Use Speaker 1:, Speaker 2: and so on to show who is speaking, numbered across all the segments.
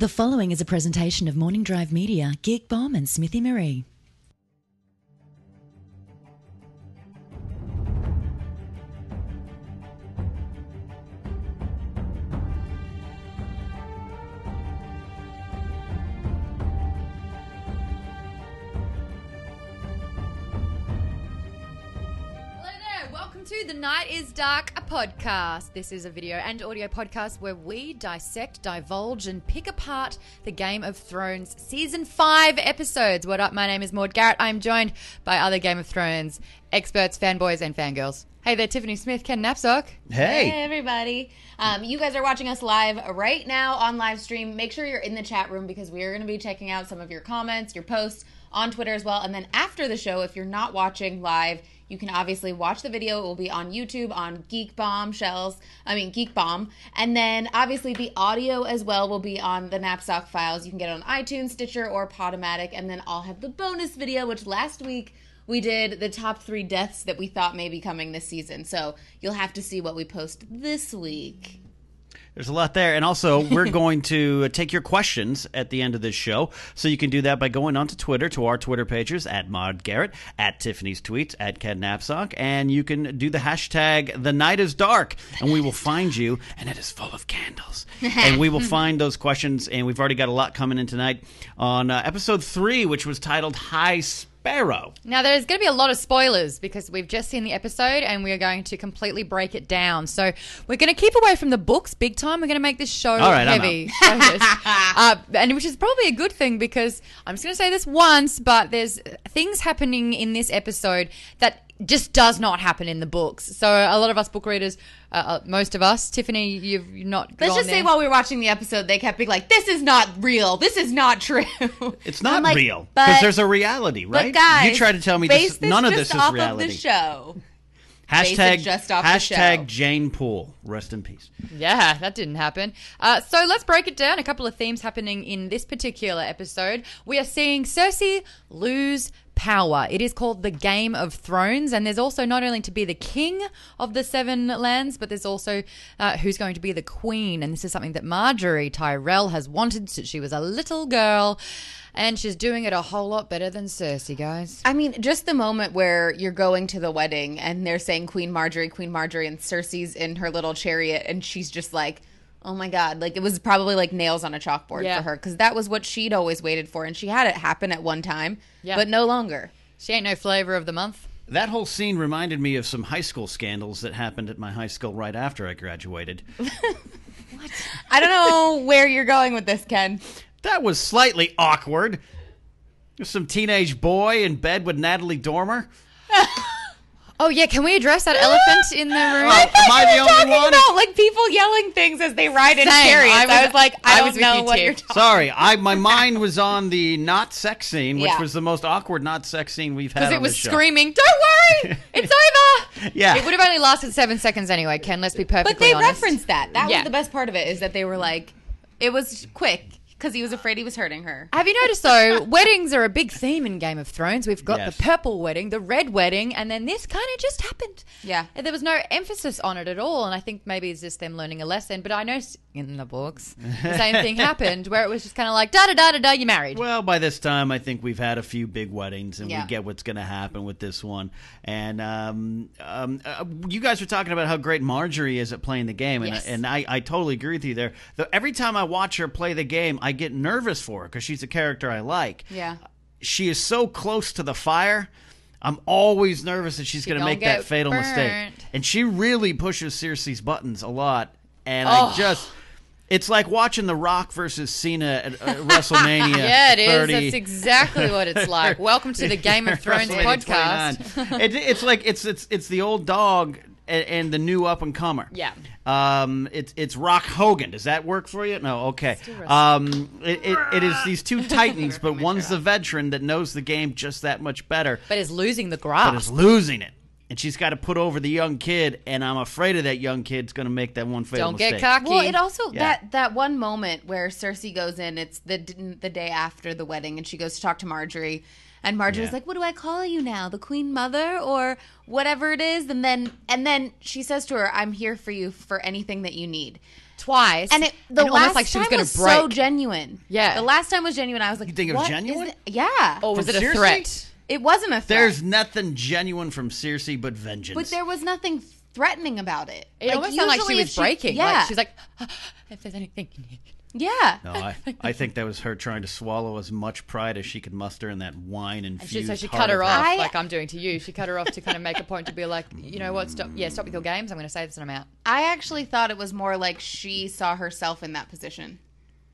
Speaker 1: The following is a presentation of Morning Drive Media, Geek Bomb, and Smithy Marie.
Speaker 2: Hello there. Welcome to The Night is Dark, a podcast. This is a video and audio podcast where we dissect, divulge, and pick apart the Game of Thrones season five episodes. What up? My name is Maud Garrett. I'm joined by other Game of Thrones experts, fanboys, and fangirls. Hey there, Tiffany Smith, Ken Knapsack.
Speaker 3: Hey.
Speaker 4: Hey, everybody. Um, you guys are watching us live right now on live stream. Make sure you're in the chat room because we are going to be checking out some of your comments, your posts on Twitter as well. And then after the show, if you're not watching live, you can obviously watch the video. It will be on YouTube, on Geek Bomb Shells, I mean, Geek Bomb. And then obviously the audio as well will be on the Knapsack files. You can get it on iTunes, Stitcher, or Podomatic. And then I'll have the bonus video, which last week we did the top three deaths that we thought may be coming this season. So you'll have to see what we post this week.
Speaker 3: There's a lot there. And also, we're going to take your questions at the end of this show. So you can do that by going onto Twitter to our Twitter pages at Mod Garrett, at Tiffany's Tweets, at Ken Knapsack. And you can do the hashtag The Night is Dark. And we will find you. And it is full of candles. and we will find those questions. And we've already got a lot coming in tonight on uh, episode three, which was titled High Sparrow.
Speaker 2: Now, there's going to be a lot of spoilers because we've just seen the episode and we are going to completely break it down. So, we're going to keep away from the books big time. We're going to make this show
Speaker 3: All right, I'm
Speaker 2: heavy. focused. uh, and which is probably a good thing because I'm just going to say this once, but there's things happening in this episode that just does not happen in the books. So, a lot of us book readers, uh, uh, most of us, Tiffany, you've you've not.
Speaker 4: Let's
Speaker 2: gone
Speaker 4: just say
Speaker 2: there.
Speaker 4: while we were watching the episode, they kept being like, this is not real. This is not true.
Speaker 3: It's not
Speaker 4: I'm like,
Speaker 3: real. Because
Speaker 4: But,
Speaker 3: there's a reality, right?
Speaker 4: but guys,
Speaker 3: you try to tell me
Speaker 4: base
Speaker 3: this, none of
Speaker 4: just
Speaker 3: this
Speaker 4: off
Speaker 3: is reality.
Speaker 4: Of the show. Base
Speaker 3: Hashtag
Speaker 4: it just off the
Speaker 3: hashtag
Speaker 4: show.
Speaker 3: Jane Poole. Rest in peace.
Speaker 2: Yeah, that didn't happen. Uh, so let's break it down. A couple of themes happening in this particular episode. We are seeing Cersei lose power. It is called the Game of Thrones, and there's also not only to be the king of the Seven Lands, but there's also uh, who's going to be the queen. And this is something that Marjorie Tyrell has wanted since she was a little girl, and she's doing it a whole lot better than Cersei, guys.
Speaker 4: I mean, just the moment where you're going to the wedding and they're saying Queen Marjorie, Queen Marjorie, and Cersei's in her little chariot, and she's just like, oh my God. Like, it was probably like nails on a chalkboard
Speaker 2: Yeah.
Speaker 4: for her because that was what she'd always waited for. And she had it happen at one time,
Speaker 2: Yeah.
Speaker 4: but no longer.
Speaker 2: She ain't no flavor of the month.
Speaker 3: That whole scene reminded me of some high school scandals that happened at my high school right after I graduated.
Speaker 4: I don't know where you're going with this, Ken.
Speaker 3: that was slightly awkward. There's some teenage boy in bed with Natalie Dormer.
Speaker 2: Oh yeah, can we address that elephant in the room?
Speaker 3: Am I the
Speaker 4: Talking
Speaker 3: only one?
Speaker 4: about like people yelling things as they ride in
Speaker 2: Same.
Speaker 4: chariots.
Speaker 2: I
Speaker 4: I
Speaker 2: was-
Speaker 4: was, like, I,
Speaker 2: I
Speaker 4: don't
Speaker 2: was with
Speaker 4: know
Speaker 2: you
Speaker 4: what
Speaker 2: too.
Speaker 4: you're talking.
Speaker 3: Sorry, I my mind was on the not sex scene, which
Speaker 4: Yeah.
Speaker 3: was the most awkward not sex scene we've had.
Speaker 2: Because
Speaker 3: on
Speaker 2: it was
Speaker 3: this show.
Speaker 2: screaming, "Don't worry, it's over."
Speaker 3: Yeah.
Speaker 2: it would have only lasted seven seconds anyway. Ken, let's be perfectly
Speaker 4: But they
Speaker 2: honest.
Speaker 4: referenced that. That
Speaker 2: Yeah.
Speaker 4: was the best part of it is that they were like, it was quick because he was afraid he was hurting her.
Speaker 2: Have you noticed though? weddings are a big theme in Game of Thrones. We've got
Speaker 3: Yes.
Speaker 2: the purple wedding, the red wedding, and then this kind of just happened.
Speaker 4: Yeah.
Speaker 2: and there was no emphasis on it at all. And I think maybe it's just them learning a lesson. But I know s- in the books, the same thing happened where it was just kind of like da da da da da. You married.
Speaker 3: Well, by this time, I think we've had a few big weddings, and
Speaker 4: Yeah.
Speaker 3: we get what's going to happen with this one. And um, um, uh, you guys were talking about how great Marjorie is at playing the game, and,
Speaker 2: Yes.
Speaker 3: and I, I totally agree with you there. Though every time I watch her play the game, I get nervous for her because she's a character I like.
Speaker 4: Yeah.
Speaker 3: she is so close to the fire. I'm always nervous that she's going to
Speaker 2: gonna
Speaker 3: make that
Speaker 2: get
Speaker 3: fatal mistake,
Speaker 2: burnt.
Speaker 3: and she really pushes Cersei's buttons a lot. And I just. It's like watching The Rock versus Cena at uh, WrestleMania.
Speaker 2: Yeah, it is.
Speaker 3: 30.
Speaker 2: That's exactly what it's like. Welcome to the Game of Thrones
Speaker 3: WrestleMania
Speaker 2: podcast.
Speaker 3: 29. it, it's like it's it's it's the old dog and, and the new up and comer.
Speaker 2: Yeah.
Speaker 3: Um, it's it's Rock Hogan. Does that work for you? No. Okay. Um, it, it, it is these two titans, but one's the veteran that knows the game just that much better,
Speaker 2: But is losing the
Speaker 3: but is
Speaker 2: grasp.
Speaker 3: losing it, and she's got to put over the young kid. And I'm afraid of that young kid's going to make that one fatal
Speaker 2: Don't get
Speaker 3: mistake.
Speaker 2: cocky.
Speaker 4: Well, it also
Speaker 3: Yeah.
Speaker 4: that that one moment where Cersei goes in, it's the the day after the wedding, and she goes to talk to Marjorie, and Marjorie's
Speaker 3: Yeah.
Speaker 4: like, "What do I call you now? The Queen Mother or whatever it is?" And then and then she says to her, "I'm here for you for anything that you need."
Speaker 2: twice.
Speaker 4: And it the
Speaker 2: and
Speaker 4: last
Speaker 2: almost like she was
Speaker 4: time
Speaker 2: going
Speaker 4: was
Speaker 2: to break.
Speaker 4: so genuine.
Speaker 2: Yeah.
Speaker 4: the last time was genuine. I was like, "You
Speaker 3: think it was genuine?
Speaker 4: yeah,
Speaker 2: or Oh, was
Speaker 3: From
Speaker 2: it a
Speaker 3: Cersei?
Speaker 2: threat?
Speaker 4: it wasn't a threat.
Speaker 3: There's nothing genuine from Cersei but vengeance.
Speaker 4: but there was nothing threatening about it.
Speaker 2: It almost sounded like she
Speaker 4: usually if
Speaker 2: was breaking.
Speaker 4: Yeah,
Speaker 2: Like she's like, "Ah, if there's anything you need.
Speaker 4: yeah.
Speaker 3: No, I, I think that was her trying to swallow as much pride as she could muster in that wine
Speaker 2: And
Speaker 3: infused.
Speaker 2: she, so she
Speaker 3: heart
Speaker 2: cut her
Speaker 3: of
Speaker 2: off,
Speaker 4: I-
Speaker 2: like I'm doing to you. She cut her off to kind of make a point to be like, you know what, stop, yeah, stop with your games. I'm going to say this and I'm out.
Speaker 4: I actually thought it was more like she saw herself in that position.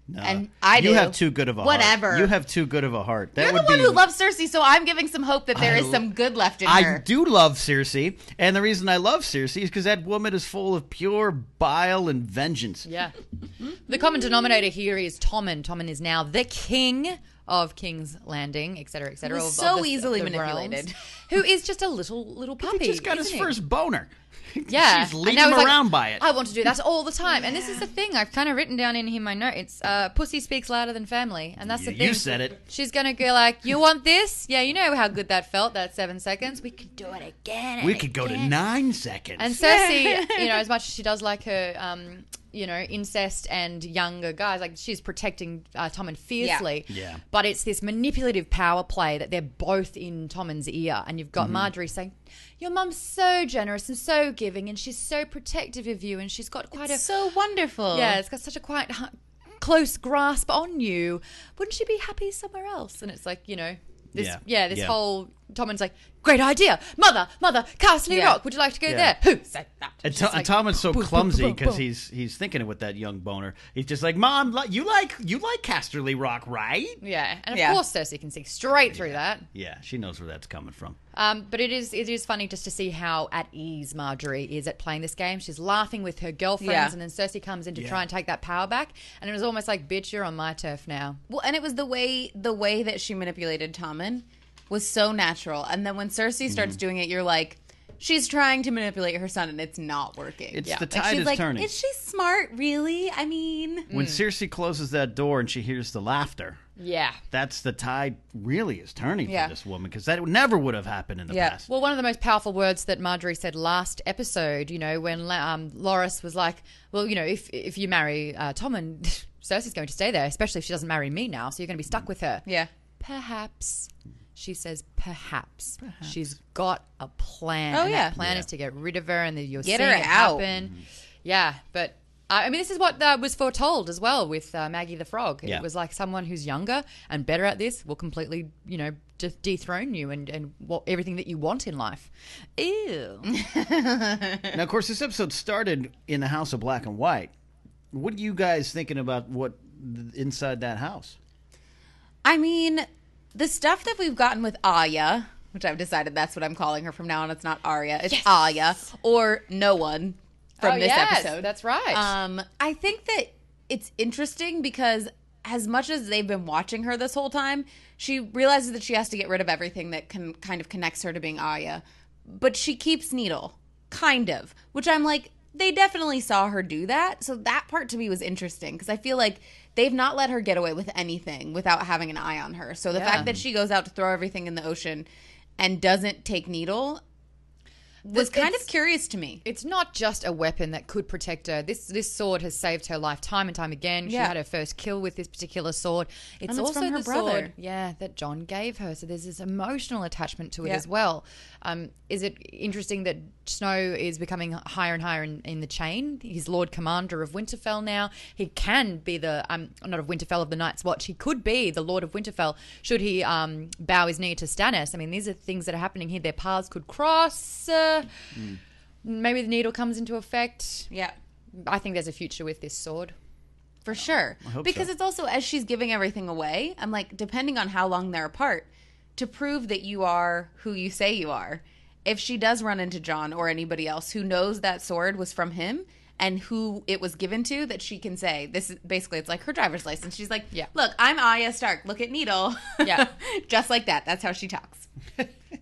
Speaker 3: No,
Speaker 4: and I
Speaker 3: you
Speaker 4: do.
Speaker 3: have too good of a heart.
Speaker 4: Whatever.
Speaker 3: You have too good of a heart. That
Speaker 4: You're
Speaker 3: would
Speaker 4: the one
Speaker 3: be.
Speaker 4: who loves Cersei, so I'm giving some hope that there
Speaker 3: I
Speaker 4: is
Speaker 3: l-
Speaker 4: some good left in
Speaker 3: I
Speaker 4: her.
Speaker 3: do love Cersei, and the reason I love Cersei is because that woman is full of pure bile and vengeance.
Speaker 2: Yeah. The common denominator here is Tommen. Tommen is now the king of King's Landing, et cetera, et cetera.
Speaker 4: Who's
Speaker 2: of-
Speaker 4: so
Speaker 2: of the-
Speaker 4: easily
Speaker 2: of the
Speaker 4: manipulated.
Speaker 2: realms, who is just a little little puppy.
Speaker 3: He just got his
Speaker 2: isn't he?
Speaker 3: first boner.
Speaker 2: Yeah.
Speaker 3: She's
Speaker 2: And
Speaker 3: leading
Speaker 2: now
Speaker 3: him
Speaker 2: he's like, oh,
Speaker 3: around by it.
Speaker 2: I want to do that all the time. And this is the thing I've kind of written down in here my notes. Uh, pussy speaks louder than family. And that's the
Speaker 3: You-
Speaker 2: thing.
Speaker 3: you said it.
Speaker 2: She's going to go like, you want this? Yeah, you know how good that felt, that seven seconds. We can do it again. and
Speaker 3: we could go to nine seconds.
Speaker 2: and Cersei, you know, as much as she does like her, um, you know, incest and younger guys, like she's protecting uh, Tommen fiercely.
Speaker 3: Yeah.
Speaker 2: But it's this manipulative power play that they're both in Tommen's ear, and you've
Speaker 3: Mm-hmm.
Speaker 2: got Marjorie saying, "Your mum's so generous and so giving, and she's so protective of you, and she's got quite a
Speaker 4: so wonderful.
Speaker 2: yeah, it's got such a quite hu- close grasp on you. Wouldn't she be happy somewhere else? And it's like, you know, this
Speaker 3: Yeah.
Speaker 2: yeah, this
Speaker 3: Yeah.
Speaker 2: whole Tommen's like, great idea, mother, mother, Castle
Speaker 4: Yeah.
Speaker 2: Rock. Would you like to go
Speaker 3: Yeah.
Speaker 2: there? Who said that?
Speaker 3: And,
Speaker 2: She's
Speaker 3: Tom,
Speaker 2: like,
Speaker 3: and Tom is so
Speaker 2: "Boom, boom,
Speaker 3: clumsy
Speaker 2: boom, boom,
Speaker 3: because
Speaker 2: boom."
Speaker 3: he's he's thinking it with that young boner. He's just like, "Mom, li- you like you like Casterly Rock, right?"
Speaker 2: yeah, and of
Speaker 4: Yeah.
Speaker 2: course Cersei can see straight through that.
Speaker 3: Yeah, she knows where that's coming from.
Speaker 2: Um, but it is it is funny just to see how at ease Marjorie is at playing this game. She's laughing with her girlfriends,
Speaker 4: Yeah.
Speaker 2: and then Cersei comes in to
Speaker 3: Yeah.
Speaker 2: try and take that power back. And it was almost like, "Bitch, you're on my turf now."
Speaker 4: Well, and it was the way the way that she manipulated Tommen was so natural. And then when Cersei
Speaker 3: Mm-hmm.
Speaker 4: starts doing it, you're like, she's trying to manipulate her son, and it's not working.
Speaker 3: It's
Speaker 2: Yeah.
Speaker 3: the
Speaker 2: Like,
Speaker 3: tide
Speaker 4: she's
Speaker 3: is
Speaker 4: like,
Speaker 3: turning.
Speaker 4: is she smart? Really? I mean,
Speaker 2: Mm.
Speaker 3: when Cersei closes that door and she hears the laughter,
Speaker 2: Yeah,
Speaker 3: that's the tide really is turning
Speaker 4: Yeah.
Speaker 3: for this woman because that never would have happened in the
Speaker 4: Yeah.
Speaker 3: past.
Speaker 2: Well, one of the most powerful words that Marjorie said last episode, you know, when um, Loris was like, well, you know, if if you marry uh, Tommen, Cersei's going to stay there, especially if she doesn't marry me now, so you're going to be stuck with her.
Speaker 4: yeah.
Speaker 2: Perhaps. She says, perhaps. She's got a plan.
Speaker 4: Oh,
Speaker 2: and
Speaker 4: yeah.
Speaker 2: That plan is to get rid of her and that you'll
Speaker 4: Get
Speaker 2: see
Speaker 4: her
Speaker 2: it
Speaker 4: out.
Speaker 2: happen. Yeah, but. I I mean, this is what uh, was foretold as well with uh, Maggie the Frog.
Speaker 3: Yeah.
Speaker 2: It was like someone who's younger and better at this will completely, you know, just dethrone you and, and what, everything that you want in life. Ew.
Speaker 3: now, of course, this episode started in the House of Black and White. What are you guys thinking about what th- inside that house?
Speaker 4: I mean, the stuff that we've gotten with Aya, which I've decided that's what I'm calling her from now on. It's not Arya, it's Aya or no one from
Speaker 2: Oh,
Speaker 4: this
Speaker 2: yes,
Speaker 4: episode.
Speaker 2: that's right.
Speaker 4: Um, I think that it's interesting because as much as they've been watching her this whole time, she realizes that she has to get rid of everything that can kind of connects her to being Aya, but she keeps Needle, kind of, which I'm like. They definitely saw her do that. So that part to me was interesting because I feel like they've not let her get away with anything without having an eye on her. So the
Speaker 2: Yeah.
Speaker 4: fact that she goes out to throw everything in the ocean and doesn't take Needle was
Speaker 2: Th-
Speaker 4: kind of
Speaker 2: it's-
Speaker 4: curious to me.
Speaker 2: it's not just a weapon that could protect her. This this sword has saved her life time and time again. She
Speaker 4: Yeah.
Speaker 2: had her first kill with this particular sword. It's,
Speaker 4: it's
Speaker 2: also
Speaker 4: from her
Speaker 2: the sword,
Speaker 4: brother.
Speaker 2: yeah, that John gave her. So there's this emotional attachment to it
Speaker 4: Yeah.
Speaker 2: as well. Um, is it interesting that Snow is becoming higher and higher in, in the chain? He's Lord Commander of Winterfell now. He can be the um, not of Winterfell of the Night's Watch. He could be the Lord of Winterfell should he um bow his knee to Stannis. I mean, these are things that are happening here. Their paths could cross. Uh, maybe the needle comes into effect.
Speaker 4: Yeah.
Speaker 2: I think there's a future with this sword.
Speaker 4: For sure.
Speaker 3: hope
Speaker 4: because
Speaker 3: so.
Speaker 4: it's also as she's giving everything away, I'm like, depending on how long they're apart, to prove that you are who you say you are. if she does run into John or anybody else who knows that sword was from him and who it was given to, that she can say, this is basically, it's like her driver's license. She's like,
Speaker 2: Yeah.
Speaker 4: look, I'm Arya Stark. Look at Needle.
Speaker 2: Yeah.
Speaker 4: Just like that. That's how she talks.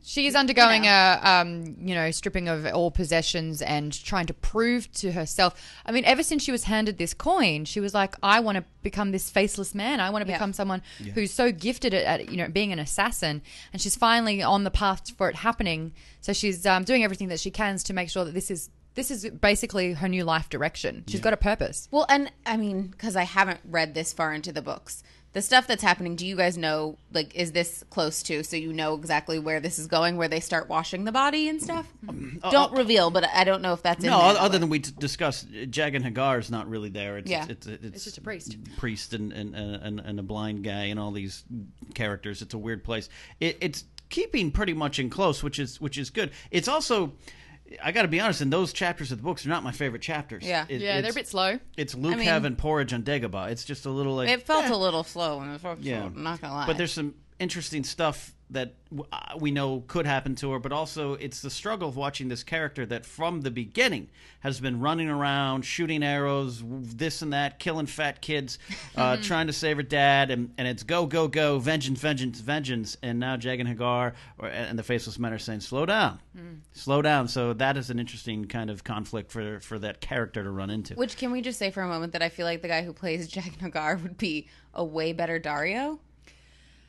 Speaker 2: She's undergoing a um, you know stripping of all possessions and trying to prove to herself. I mean, ever since she was handed this coin, she was like, "I want to become this faceless man. I want to
Speaker 4: Yeah.
Speaker 2: become someone who's so gifted at, at you know being an assassin." And she's finally on the path for it happening. So she's um, doing everything that she can to make sure that this is this is basically her new life direction. She's got a purpose.
Speaker 4: Well, and I mean, because I haven't read this far into the books, the stuff that's happening, do you guys know, like, is this close to, so you know exactly where this is going, where they start washing the body and stuff?
Speaker 3: Mm-hmm.
Speaker 4: don't reveal, but I don't know if that's in
Speaker 3: No,
Speaker 4: there.
Speaker 3: other than we t- discussed, Jagan Hagar is not really there. It's,
Speaker 4: Yeah.
Speaker 3: it's, it's,
Speaker 2: just a priest.
Speaker 3: priest and and, and and a blind guy and all these characters. It's a weird place. It, it's keeping pretty much in close, which is which is good. It's also, I got to be honest, in those chapters of the books are not my favorite chapters.
Speaker 4: Yeah.
Speaker 3: It-
Speaker 2: Yeah, they're a
Speaker 3: it's-
Speaker 2: bit slow.
Speaker 3: It's Luke
Speaker 4: mean-
Speaker 3: having porridge on Dagobah. It's just a little like
Speaker 4: It felt a little slow in the first
Speaker 3: yeah,
Speaker 4: one, I'm not gonna lie.
Speaker 3: But there's some interesting stuff that w- uh, we know could happen to her. But also, it's the struggle of watching this character that, from the beginning, has been running around, shooting arrows, w- this and that, killing fat kids, uh, trying to save her dad, and, and it's go, go, go, vengeance, vengeance, vengeance. And now Jagan Hagar or, and the Faceless Men are saying, slow down,
Speaker 4: Hmm.
Speaker 3: slow down. So that is an interesting kind of conflict for for that character to run into.
Speaker 4: Which can we just say for a moment that I feel like the guy who plays Jack Nagar would be a way better Dario?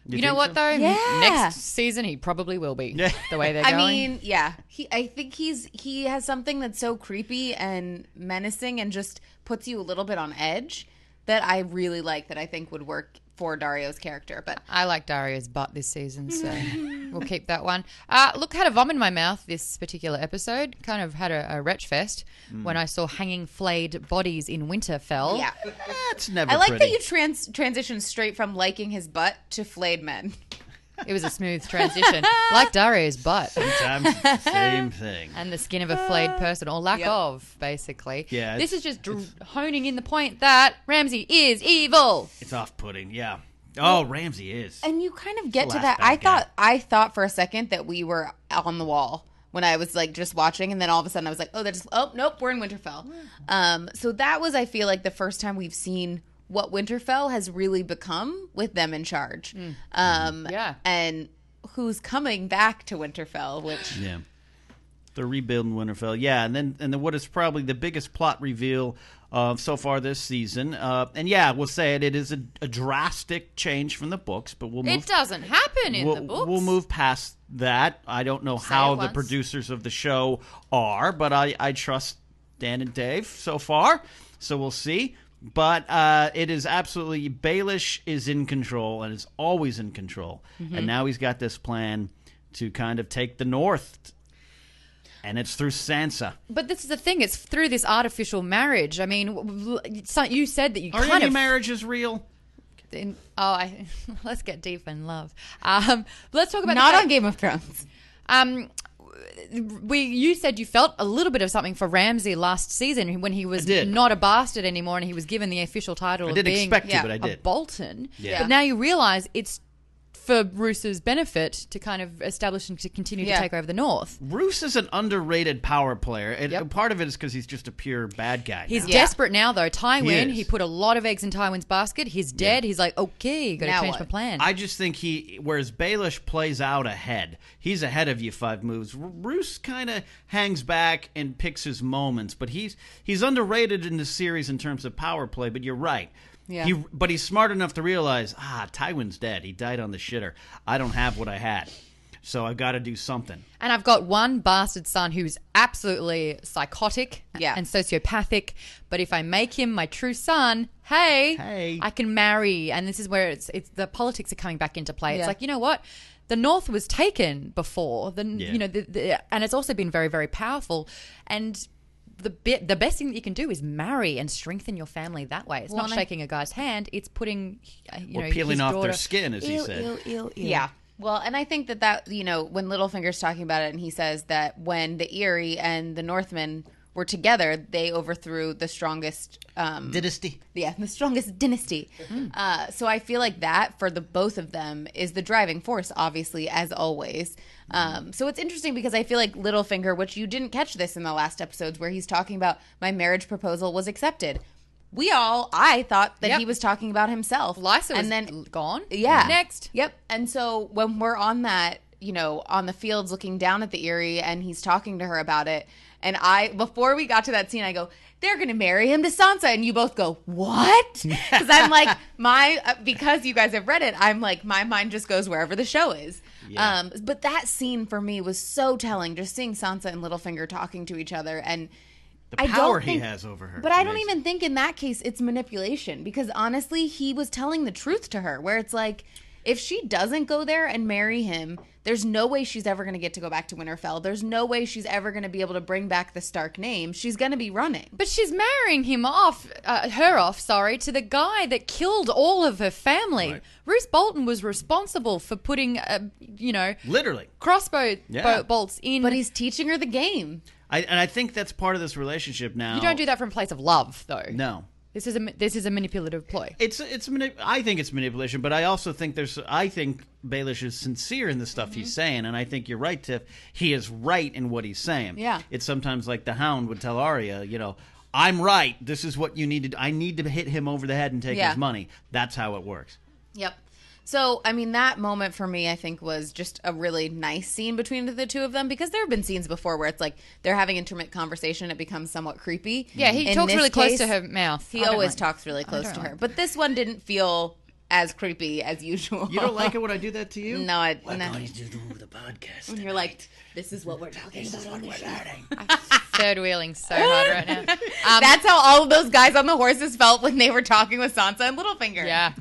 Speaker 2: You, know
Speaker 3: think
Speaker 2: what
Speaker 3: so?
Speaker 2: though?
Speaker 4: Yeah.
Speaker 2: Next season he probably will be. The way they're
Speaker 4: I
Speaker 2: going.
Speaker 4: mean, yeah, he. I think he's he has something that's so creepy and menacing and just puts you a little bit on edge that I really like that I think would work for Dario's character. But
Speaker 2: I like Dario's butt this season, so we'll keep that one. Uh, look, had a vom in my mouth this particular episode. Kind of had a, a retch fest
Speaker 3: Mm.
Speaker 2: when I saw hanging flayed bodies in Winterfell.
Speaker 4: yeah,
Speaker 3: That's never.
Speaker 4: I like
Speaker 3: pretty.
Speaker 4: that you trans transitioned straight from liking his butt to flayed men.
Speaker 2: It was a smooth transition. like Dario's butt
Speaker 3: Sometimes same thing.
Speaker 2: and the skin of a flayed person, or lack of, basically.
Speaker 3: Yeah,
Speaker 2: This
Speaker 3: it's-
Speaker 2: is just dr- honing in the point that Ramsey is evil.
Speaker 3: It's off putting, yeah. Oh, Ramsey is.
Speaker 4: and you kind of get to
Speaker 3: laugh
Speaker 4: that i
Speaker 3: back at.
Speaker 4: thought i thought for a second that we were on the wall when i was like just watching and then all of a sudden i was like oh that's oh nope we're in winterfell um so that was i feel like the first time we've seen what winterfell has really become with them in charge um
Speaker 2: Yeah.
Speaker 4: and who's coming back to winterfell which
Speaker 3: Yeah. They're rebuilding Winterfell. Yeah, and then and then what is probably the biggest plot reveal of so far this season. Uh, and yeah, we'll say it. It is a, a drastic change from the books, but we'll move.
Speaker 2: It doesn't happen in
Speaker 3: we'll,
Speaker 2: the books.
Speaker 3: we'll move past that. I don't know how
Speaker 2: it
Speaker 3: the
Speaker 2: once.
Speaker 3: producers of the show are, but I, I trust Dan and Dave so far. So we'll see. But uh, it is absolutely Baelish is in control and is always in control.
Speaker 2: Mm-hmm.
Speaker 3: And now he's got this plan to kind of take the north. And it's through Sansa.
Speaker 2: But this is the thing. It's through this artificial marriage. I mean, w- w- so- you said that you
Speaker 3: Are
Speaker 2: kind
Speaker 3: any
Speaker 2: of
Speaker 3: marriages real?
Speaker 2: in, oh, I, let's get deep in love. Um, let's talk about the
Speaker 4: not
Speaker 2: fact-
Speaker 4: on game of thrones
Speaker 2: Um, we you said you felt a little bit of something for Ramsey last season when he was
Speaker 3: did.
Speaker 2: not a bastard anymore and he was given the official title.
Speaker 3: I didn't
Speaker 2: of being
Speaker 3: expect to,
Speaker 4: yeah,
Speaker 3: but I
Speaker 2: a
Speaker 3: did.
Speaker 2: Bolton.
Speaker 3: Yeah.
Speaker 2: But now you realize it's for Roos's benefit to kind of establish and to continue
Speaker 4: Yeah.
Speaker 2: to take over the North.
Speaker 3: Bruce is an underrated power player. And
Speaker 2: Yep.
Speaker 3: part of it is because he's just a pure bad guy.
Speaker 2: He's
Speaker 3: now.
Speaker 2: desperate now, though. Tywin,
Speaker 3: is.
Speaker 2: he, put a lot of eggs in Tywin's basket. He's dead. He's like, okay, got to
Speaker 4: Now
Speaker 2: change
Speaker 4: what?
Speaker 2: my plan.
Speaker 3: I just think he, whereas Baelish plays out ahead, he's ahead of you five moves. R- Roos kind of hangs back and picks his moments, but he's he's underrated in the series in terms of power play. But you're right.
Speaker 4: Yeah.
Speaker 3: He, but he's smart enough to realize, ah, Tywin's dead. He died on the shitter. I don't have what I had, so I've got to do something.
Speaker 2: And I've got one bastard son who's absolutely psychotic
Speaker 4: Yeah.
Speaker 2: and sociopathic. But if I make him my true son, hey,
Speaker 3: Hey.
Speaker 2: I can marry. And this is where it's it's the politics are coming back into play.
Speaker 4: Yeah.
Speaker 2: It's like you know what, the North was taken before. The
Speaker 3: Yeah.
Speaker 2: you know the, the, and it's also been very very powerful. And the bit the best thing that you can do is marry and strengthen your family that way. It's
Speaker 4: Well,
Speaker 2: not
Speaker 4: and I-
Speaker 2: shaking a guy's hand. It's putting uh, you
Speaker 3: or
Speaker 2: know
Speaker 3: peeling
Speaker 2: his
Speaker 3: off
Speaker 2: daughter-
Speaker 3: their skin, as he said.
Speaker 4: Yeah. Well, and I think that that you know when Littlefinger's talking about it, and he says that when the Erie and the Northmen were together, they overthrew the strongest um,
Speaker 5: Dynasty.
Speaker 4: yeah, the strongest dynasty.
Speaker 2: Mm-hmm.
Speaker 4: Uh, so I feel like that for the both of them is the driving force, obviously, as always.
Speaker 2: Mm-hmm.
Speaker 4: Um, so it's interesting because I feel like Littlefinger, which you didn't catch this in the last episodes, where he's talking about my marriage proposal was accepted. We all, I thought that
Speaker 2: Yep.
Speaker 4: he was talking about himself.
Speaker 2: Lysa was
Speaker 4: and then
Speaker 2: gone.
Speaker 4: yeah.
Speaker 2: Next.
Speaker 4: Yep. And so when we're on that, you know, on the fields looking down at the Erie and he's talking to her about it. And I, before we got to that scene, I go, they're going to marry him to Sansa. And you both go, what? Because I'm like, my, uh, because you guys have read it, I'm like, my mind just goes wherever the show is. Um, but that scene for me was so telling, just seeing Sansa and Littlefinger talking to each other. And
Speaker 3: The
Speaker 4: I don't
Speaker 3: power he
Speaker 4: think-
Speaker 3: has over her.
Speaker 4: But I don't
Speaker 3: Amazing.
Speaker 4: even think in that case it's manipulation because honestly, he was telling the truth to her, where it's like, if she doesn't go there and marry him, there's no way she's ever going to get to go back to Winterfell. There's no way she's ever going to be able to bring back the Stark name. She's going to be running.
Speaker 2: But she's marrying him off, uh, her off, sorry, to the guy that killed all of her family. Bruce Bolton was responsible for putting, uh, you know,
Speaker 3: Literally.
Speaker 2: crossbow
Speaker 3: Yeah.
Speaker 2: bo- bolts in.
Speaker 4: But he's teaching her the game.
Speaker 3: I, and I think that's part of this relationship now.
Speaker 2: you don't do that from a place of love, though.
Speaker 3: No.
Speaker 2: This is a this is a manipulative ploy.
Speaker 3: It's it's manip- I think it's manipulation, but I also think there's I think Baelish is sincere in the stuff
Speaker 4: Mm-hmm.
Speaker 3: he's saying, and I think you're right, Tiff. He is right in what he's saying.
Speaker 4: Yeah.
Speaker 3: it's sometimes like the Hound would tell Arya, you know, I'm right. This is what you need to. do. I need to hit him over the head and take
Speaker 4: Yeah.
Speaker 3: his money. That's how it works.
Speaker 4: Yep. So, I mean, that moment for me, I think, was just a really nice scene between the two of them because there have been scenes before where it's like they're having intimate conversation, it becomes somewhat creepy.
Speaker 2: Yeah, he
Speaker 4: In
Speaker 2: talks
Speaker 4: this
Speaker 2: really close to
Speaker 4: case,
Speaker 2: her mouth. I
Speaker 4: He
Speaker 2: don't
Speaker 4: always
Speaker 2: like-
Speaker 4: talks really close
Speaker 2: don't
Speaker 4: to
Speaker 2: like
Speaker 4: her, but this one didn't feel as creepy as usual.
Speaker 3: You don't like it when I do that to you? "Oh,
Speaker 4: No, I,
Speaker 5: I'm
Speaker 4: no.
Speaker 5: going to do the podcast.
Speaker 4: You're like, this is what we're talking about on the show.
Speaker 2: Third wheeling so hard right now.
Speaker 4: That's how all of those guys on the horses felt when they were talking with Sansa and Littlefinger.
Speaker 2: Yeah.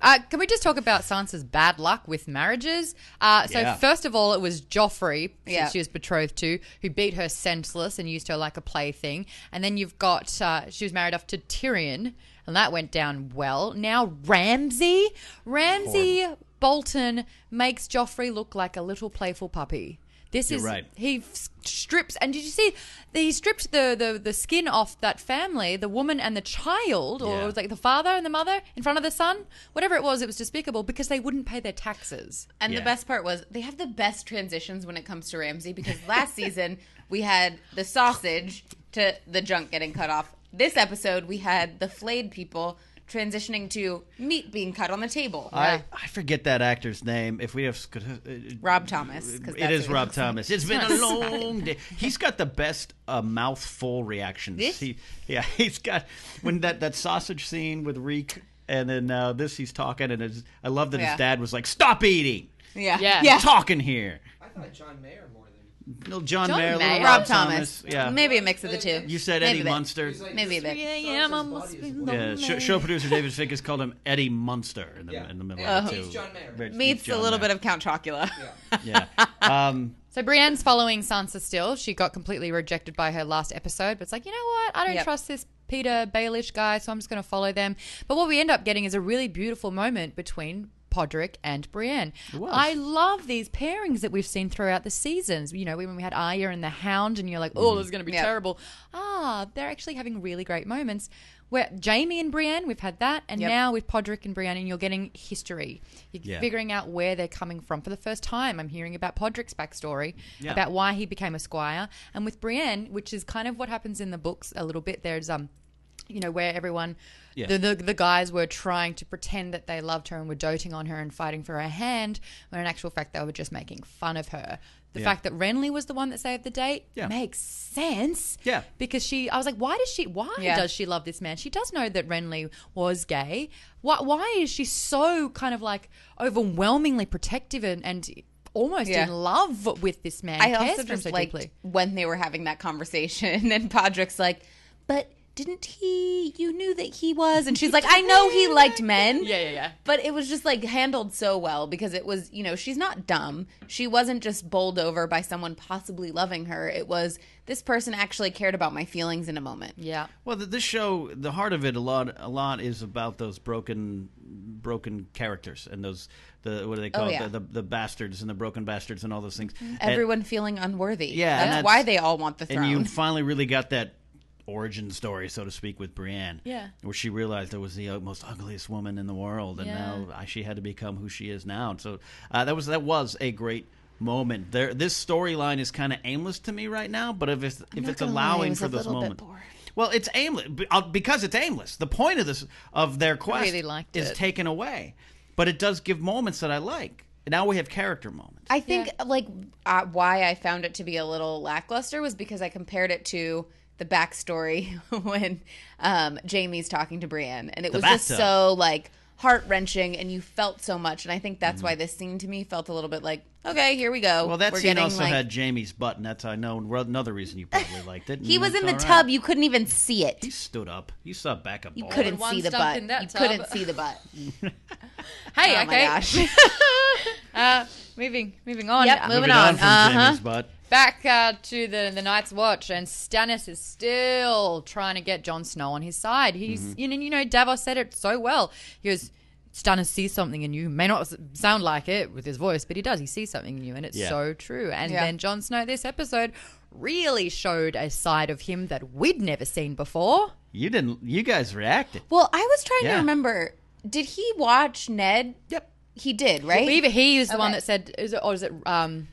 Speaker 2: Uh, can we just talk about Sansa's bad luck with marriages? Uh, so
Speaker 3: Yeah.
Speaker 2: first of all, it was Joffrey, who
Speaker 4: Yeah.
Speaker 2: she was betrothed to, who beat her senseless and used her like a plaything. And then you've got uh, she was married off to Tyrion, and that went down well. Now Ramsay, Ramsay Bolton makes Joffrey look like a little playful puppy. This is
Speaker 3: right.
Speaker 2: he f- strips, and did you see? He stripped the, the the skin off that family, the woman and the child, or
Speaker 3: Yeah.
Speaker 2: it was like the father and the mother in front of the son, whatever it was. It was despicable because they wouldn't pay their taxes.
Speaker 4: And
Speaker 3: Yeah.
Speaker 4: the best part was they have the best transitions when it comes to Ramsey because last season we had the sausage to the junk getting cut off. This episode we had the flayed people transitioning to meat being cut on the table.
Speaker 3: I, I forget that actor's name. If we have, could, uh,
Speaker 4: Rob Thomas. 'cause
Speaker 3: It
Speaker 4: that's
Speaker 3: is
Speaker 4: who
Speaker 3: Rob
Speaker 4: looks
Speaker 3: Thomas. It's been a long day. He's got the best uh, mouthful reactions.
Speaker 4: This?
Speaker 3: He, yeah, he's got when that, that sausage scene with Reek, and then uh, this he's talking, and his, I love that
Speaker 4: Yeah.
Speaker 3: his dad was like, "Stop eating,
Speaker 4: like. Yeah.
Speaker 2: Yeah.
Speaker 3: I'm talking here."
Speaker 6: I thought John Mayer more than
Speaker 3: Little John,
Speaker 2: John
Speaker 3: Mayer, little
Speaker 2: Mayer?
Speaker 4: Rob Thomas.
Speaker 3: Yeah,
Speaker 4: Maybe a mix of the two.
Speaker 3: you said
Speaker 4: Maybe
Speaker 3: Eddie
Speaker 4: a bit.
Speaker 3: Munster.
Speaker 6: he's like
Speaker 4: Maybe a bit.
Speaker 6: Sansa's body is one.
Speaker 3: Yeah, show, show producer David Finkus called him Eddie Munster in the,
Speaker 6: Yeah.
Speaker 3: in the middle
Speaker 6: Yeah,
Speaker 3: of the
Speaker 6: he's
Speaker 3: two.
Speaker 6: John Mayer.
Speaker 3: Rich- he's
Speaker 4: Oh, Meets a
Speaker 3: John
Speaker 4: little
Speaker 3: Mayer.
Speaker 4: bit of Count Chocula.
Speaker 3: yeah. Um,
Speaker 2: So Brienne's following Sansa still. She got completely rejected by her last episode, but it's like, you know what? I don't
Speaker 4: Yep.
Speaker 2: trust this Peter Baelish guy, so I'm just going to follow them. But what we end up getting is a really beautiful moment between Podrick and Brienne. I love these pairings that we've seen throughout the seasons. You know, when we had Arya and the Hound, and you're like, oh, this is going to be
Speaker 4: Yep.
Speaker 2: terrible. Ah, they're actually having really great moments. Where Jamie and Brienne, we've had that, and
Speaker 4: Yep.
Speaker 2: now with Podrick and Brienne, and you're getting history. You're
Speaker 3: Yeah.
Speaker 2: figuring figuring out where they're coming from for the first time. I'm hearing about Podrick's backstory,
Speaker 3: Yeah.
Speaker 2: about why he became a squire, and with Brienne, which is kind of what happens in the books a little bit. There's um, you know, where everyone.
Speaker 3: Yeah.
Speaker 2: The, the, the guys were trying to pretend that they loved her and were doting on her and fighting for her hand, when in actual fact they were just making fun of her. The
Speaker 3: Yeah.
Speaker 2: fact that Renly was the one that saved the date
Speaker 3: Yeah.
Speaker 2: makes sense.
Speaker 3: Yeah.
Speaker 2: Because she, I was like, why does she, why
Speaker 4: Yeah.
Speaker 2: does she love this man? She does know that Renly was gay. Why, why is she so kind of like overwhelmingly protective and, and almost
Speaker 4: Yeah.
Speaker 2: in love with this man?
Speaker 4: I
Speaker 2: cares
Speaker 4: also
Speaker 2: for him
Speaker 4: just
Speaker 2: so
Speaker 4: liked
Speaker 2: deeply.
Speaker 4: when they were having that conversation, and Podrick's like, "But didn't he? You knew that he was," and she's like, "I know he liked men."
Speaker 2: Yeah, yeah, yeah.
Speaker 4: But it was just like handled so well because it was, you know, she's not dumb. She wasn't just bowled over by someone possibly loving her. It was this person actually cared about my feelings in a moment.
Speaker 2: Yeah.
Speaker 3: Well, th- this show, the heart of it, a lot, a lot is about those broken, broken characters and those the what do they call
Speaker 4: yeah.
Speaker 3: it? The, the the bastards and the broken bastards and all those things. And-
Speaker 4: Everyone feeling unworthy.
Speaker 3: Yeah, and
Speaker 4: that's,
Speaker 3: that's-
Speaker 4: why they all want the
Speaker 3: and,
Speaker 4: throne.
Speaker 3: you finally really got that origin story, so to speak, with Brienne.
Speaker 2: Yeah.
Speaker 3: Where she realized I was the uh, most ugliest woman in the world, and
Speaker 2: Yeah.
Speaker 3: now I, she had to become who she is now. And so uh, that was that was a great moment. There, this storyline is kind of aimless to me right now, but if it's if
Speaker 7: not
Speaker 3: it's
Speaker 7: gonna lie, I
Speaker 3: allowing
Speaker 7: was
Speaker 3: for
Speaker 7: a
Speaker 3: those
Speaker 7: little bit
Speaker 3: moments.
Speaker 7: bored.
Speaker 3: Well, it's aimless b- uh, because it's aimless. The point of this of their quest
Speaker 2: really liked
Speaker 3: is
Speaker 2: it.
Speaker 3: taken away, but it does give moments that I like. Now we have character moments.
Speaker 4: I think like uh, why I found it to be a little lackluster was because I compared it to the backstory when um, Jamie's talking to Brienne, and it was just
Speaker 3: bathtub.
Speaker 4: so like heart wrenching, and you felt so much. And I think that's why this scene to me felt a little bit like, okay, here we go.
Speaker 3: Mm-hmm. Well, that
Speaker 4: We're
Speaker 3: scene
Speaker 4: getting,
Speaker 3: also
Speaker 4: like-
Speaker 3: had Jamie's butt, and that's I know another reason you probably liked it.
Speaker 4: He
Speaker 3: and
Speaker 4: was
Speaker 3: it's
Speaker 4: in the
Speaker 3: all right.
Speaker 4: tub. You couldn't even see it.
Speaker 3: He stood up. You saw back up.
Speaker 4: You
Speaker 3: ball.
Speaker 4: couldn't
Speaker 2: One
Speaker 4: see the
Speaker 2: stumped
Speaker 4: butt.
Speaker 2: in that
Speaker 4: You
Speaker 2: tub.
Speaker 4: couldn't see the butt.
Speaker 2: Hey,
Speaker 4: Oh my
Speaker 2: okay.
Speaker 4: gosh.
Speaker 2: uh, moving, moving on.
Speaker 4: Yep,
Speaker 2: Uh,
Speaker 4: moving
Speaker 3: Moving on,
Speaker 4: on.
Speaker 3: from
Speaker 4: Uh-huh.
Speaker 3: Jamie's butt.
Speaker 2: Back uh, to the the Night's Watch, and Stannis is still trying to get Jon Snow on his side. He's
Speaker 3: Mm-hmm.
Speaker 2: you know you know Davos said it so well. He goes, Stannis sees something in you. May not s- sound like it with his voice, but he does. He sees something in you, and it's
Speaker 3: Yeah.
Speaker 2: so true. And
Speaker 4: Yeah.
Speaker 2: then Jon Snow this episode really showed a side of him that we'd never seen before.
Speaker 3: You didn't. You guys reacted.
Speaker 4: Well, I was trying
Speaker 3: Yeah.
Speaker 4: to remember. Did he watch Ned?
Speaker 3: Yep.
Speaker 4: He did, right?
Speaker 2: Well, Either he is the one
Speaker 4: Okay.
Speaker 2: that said, is it, or is it? Um,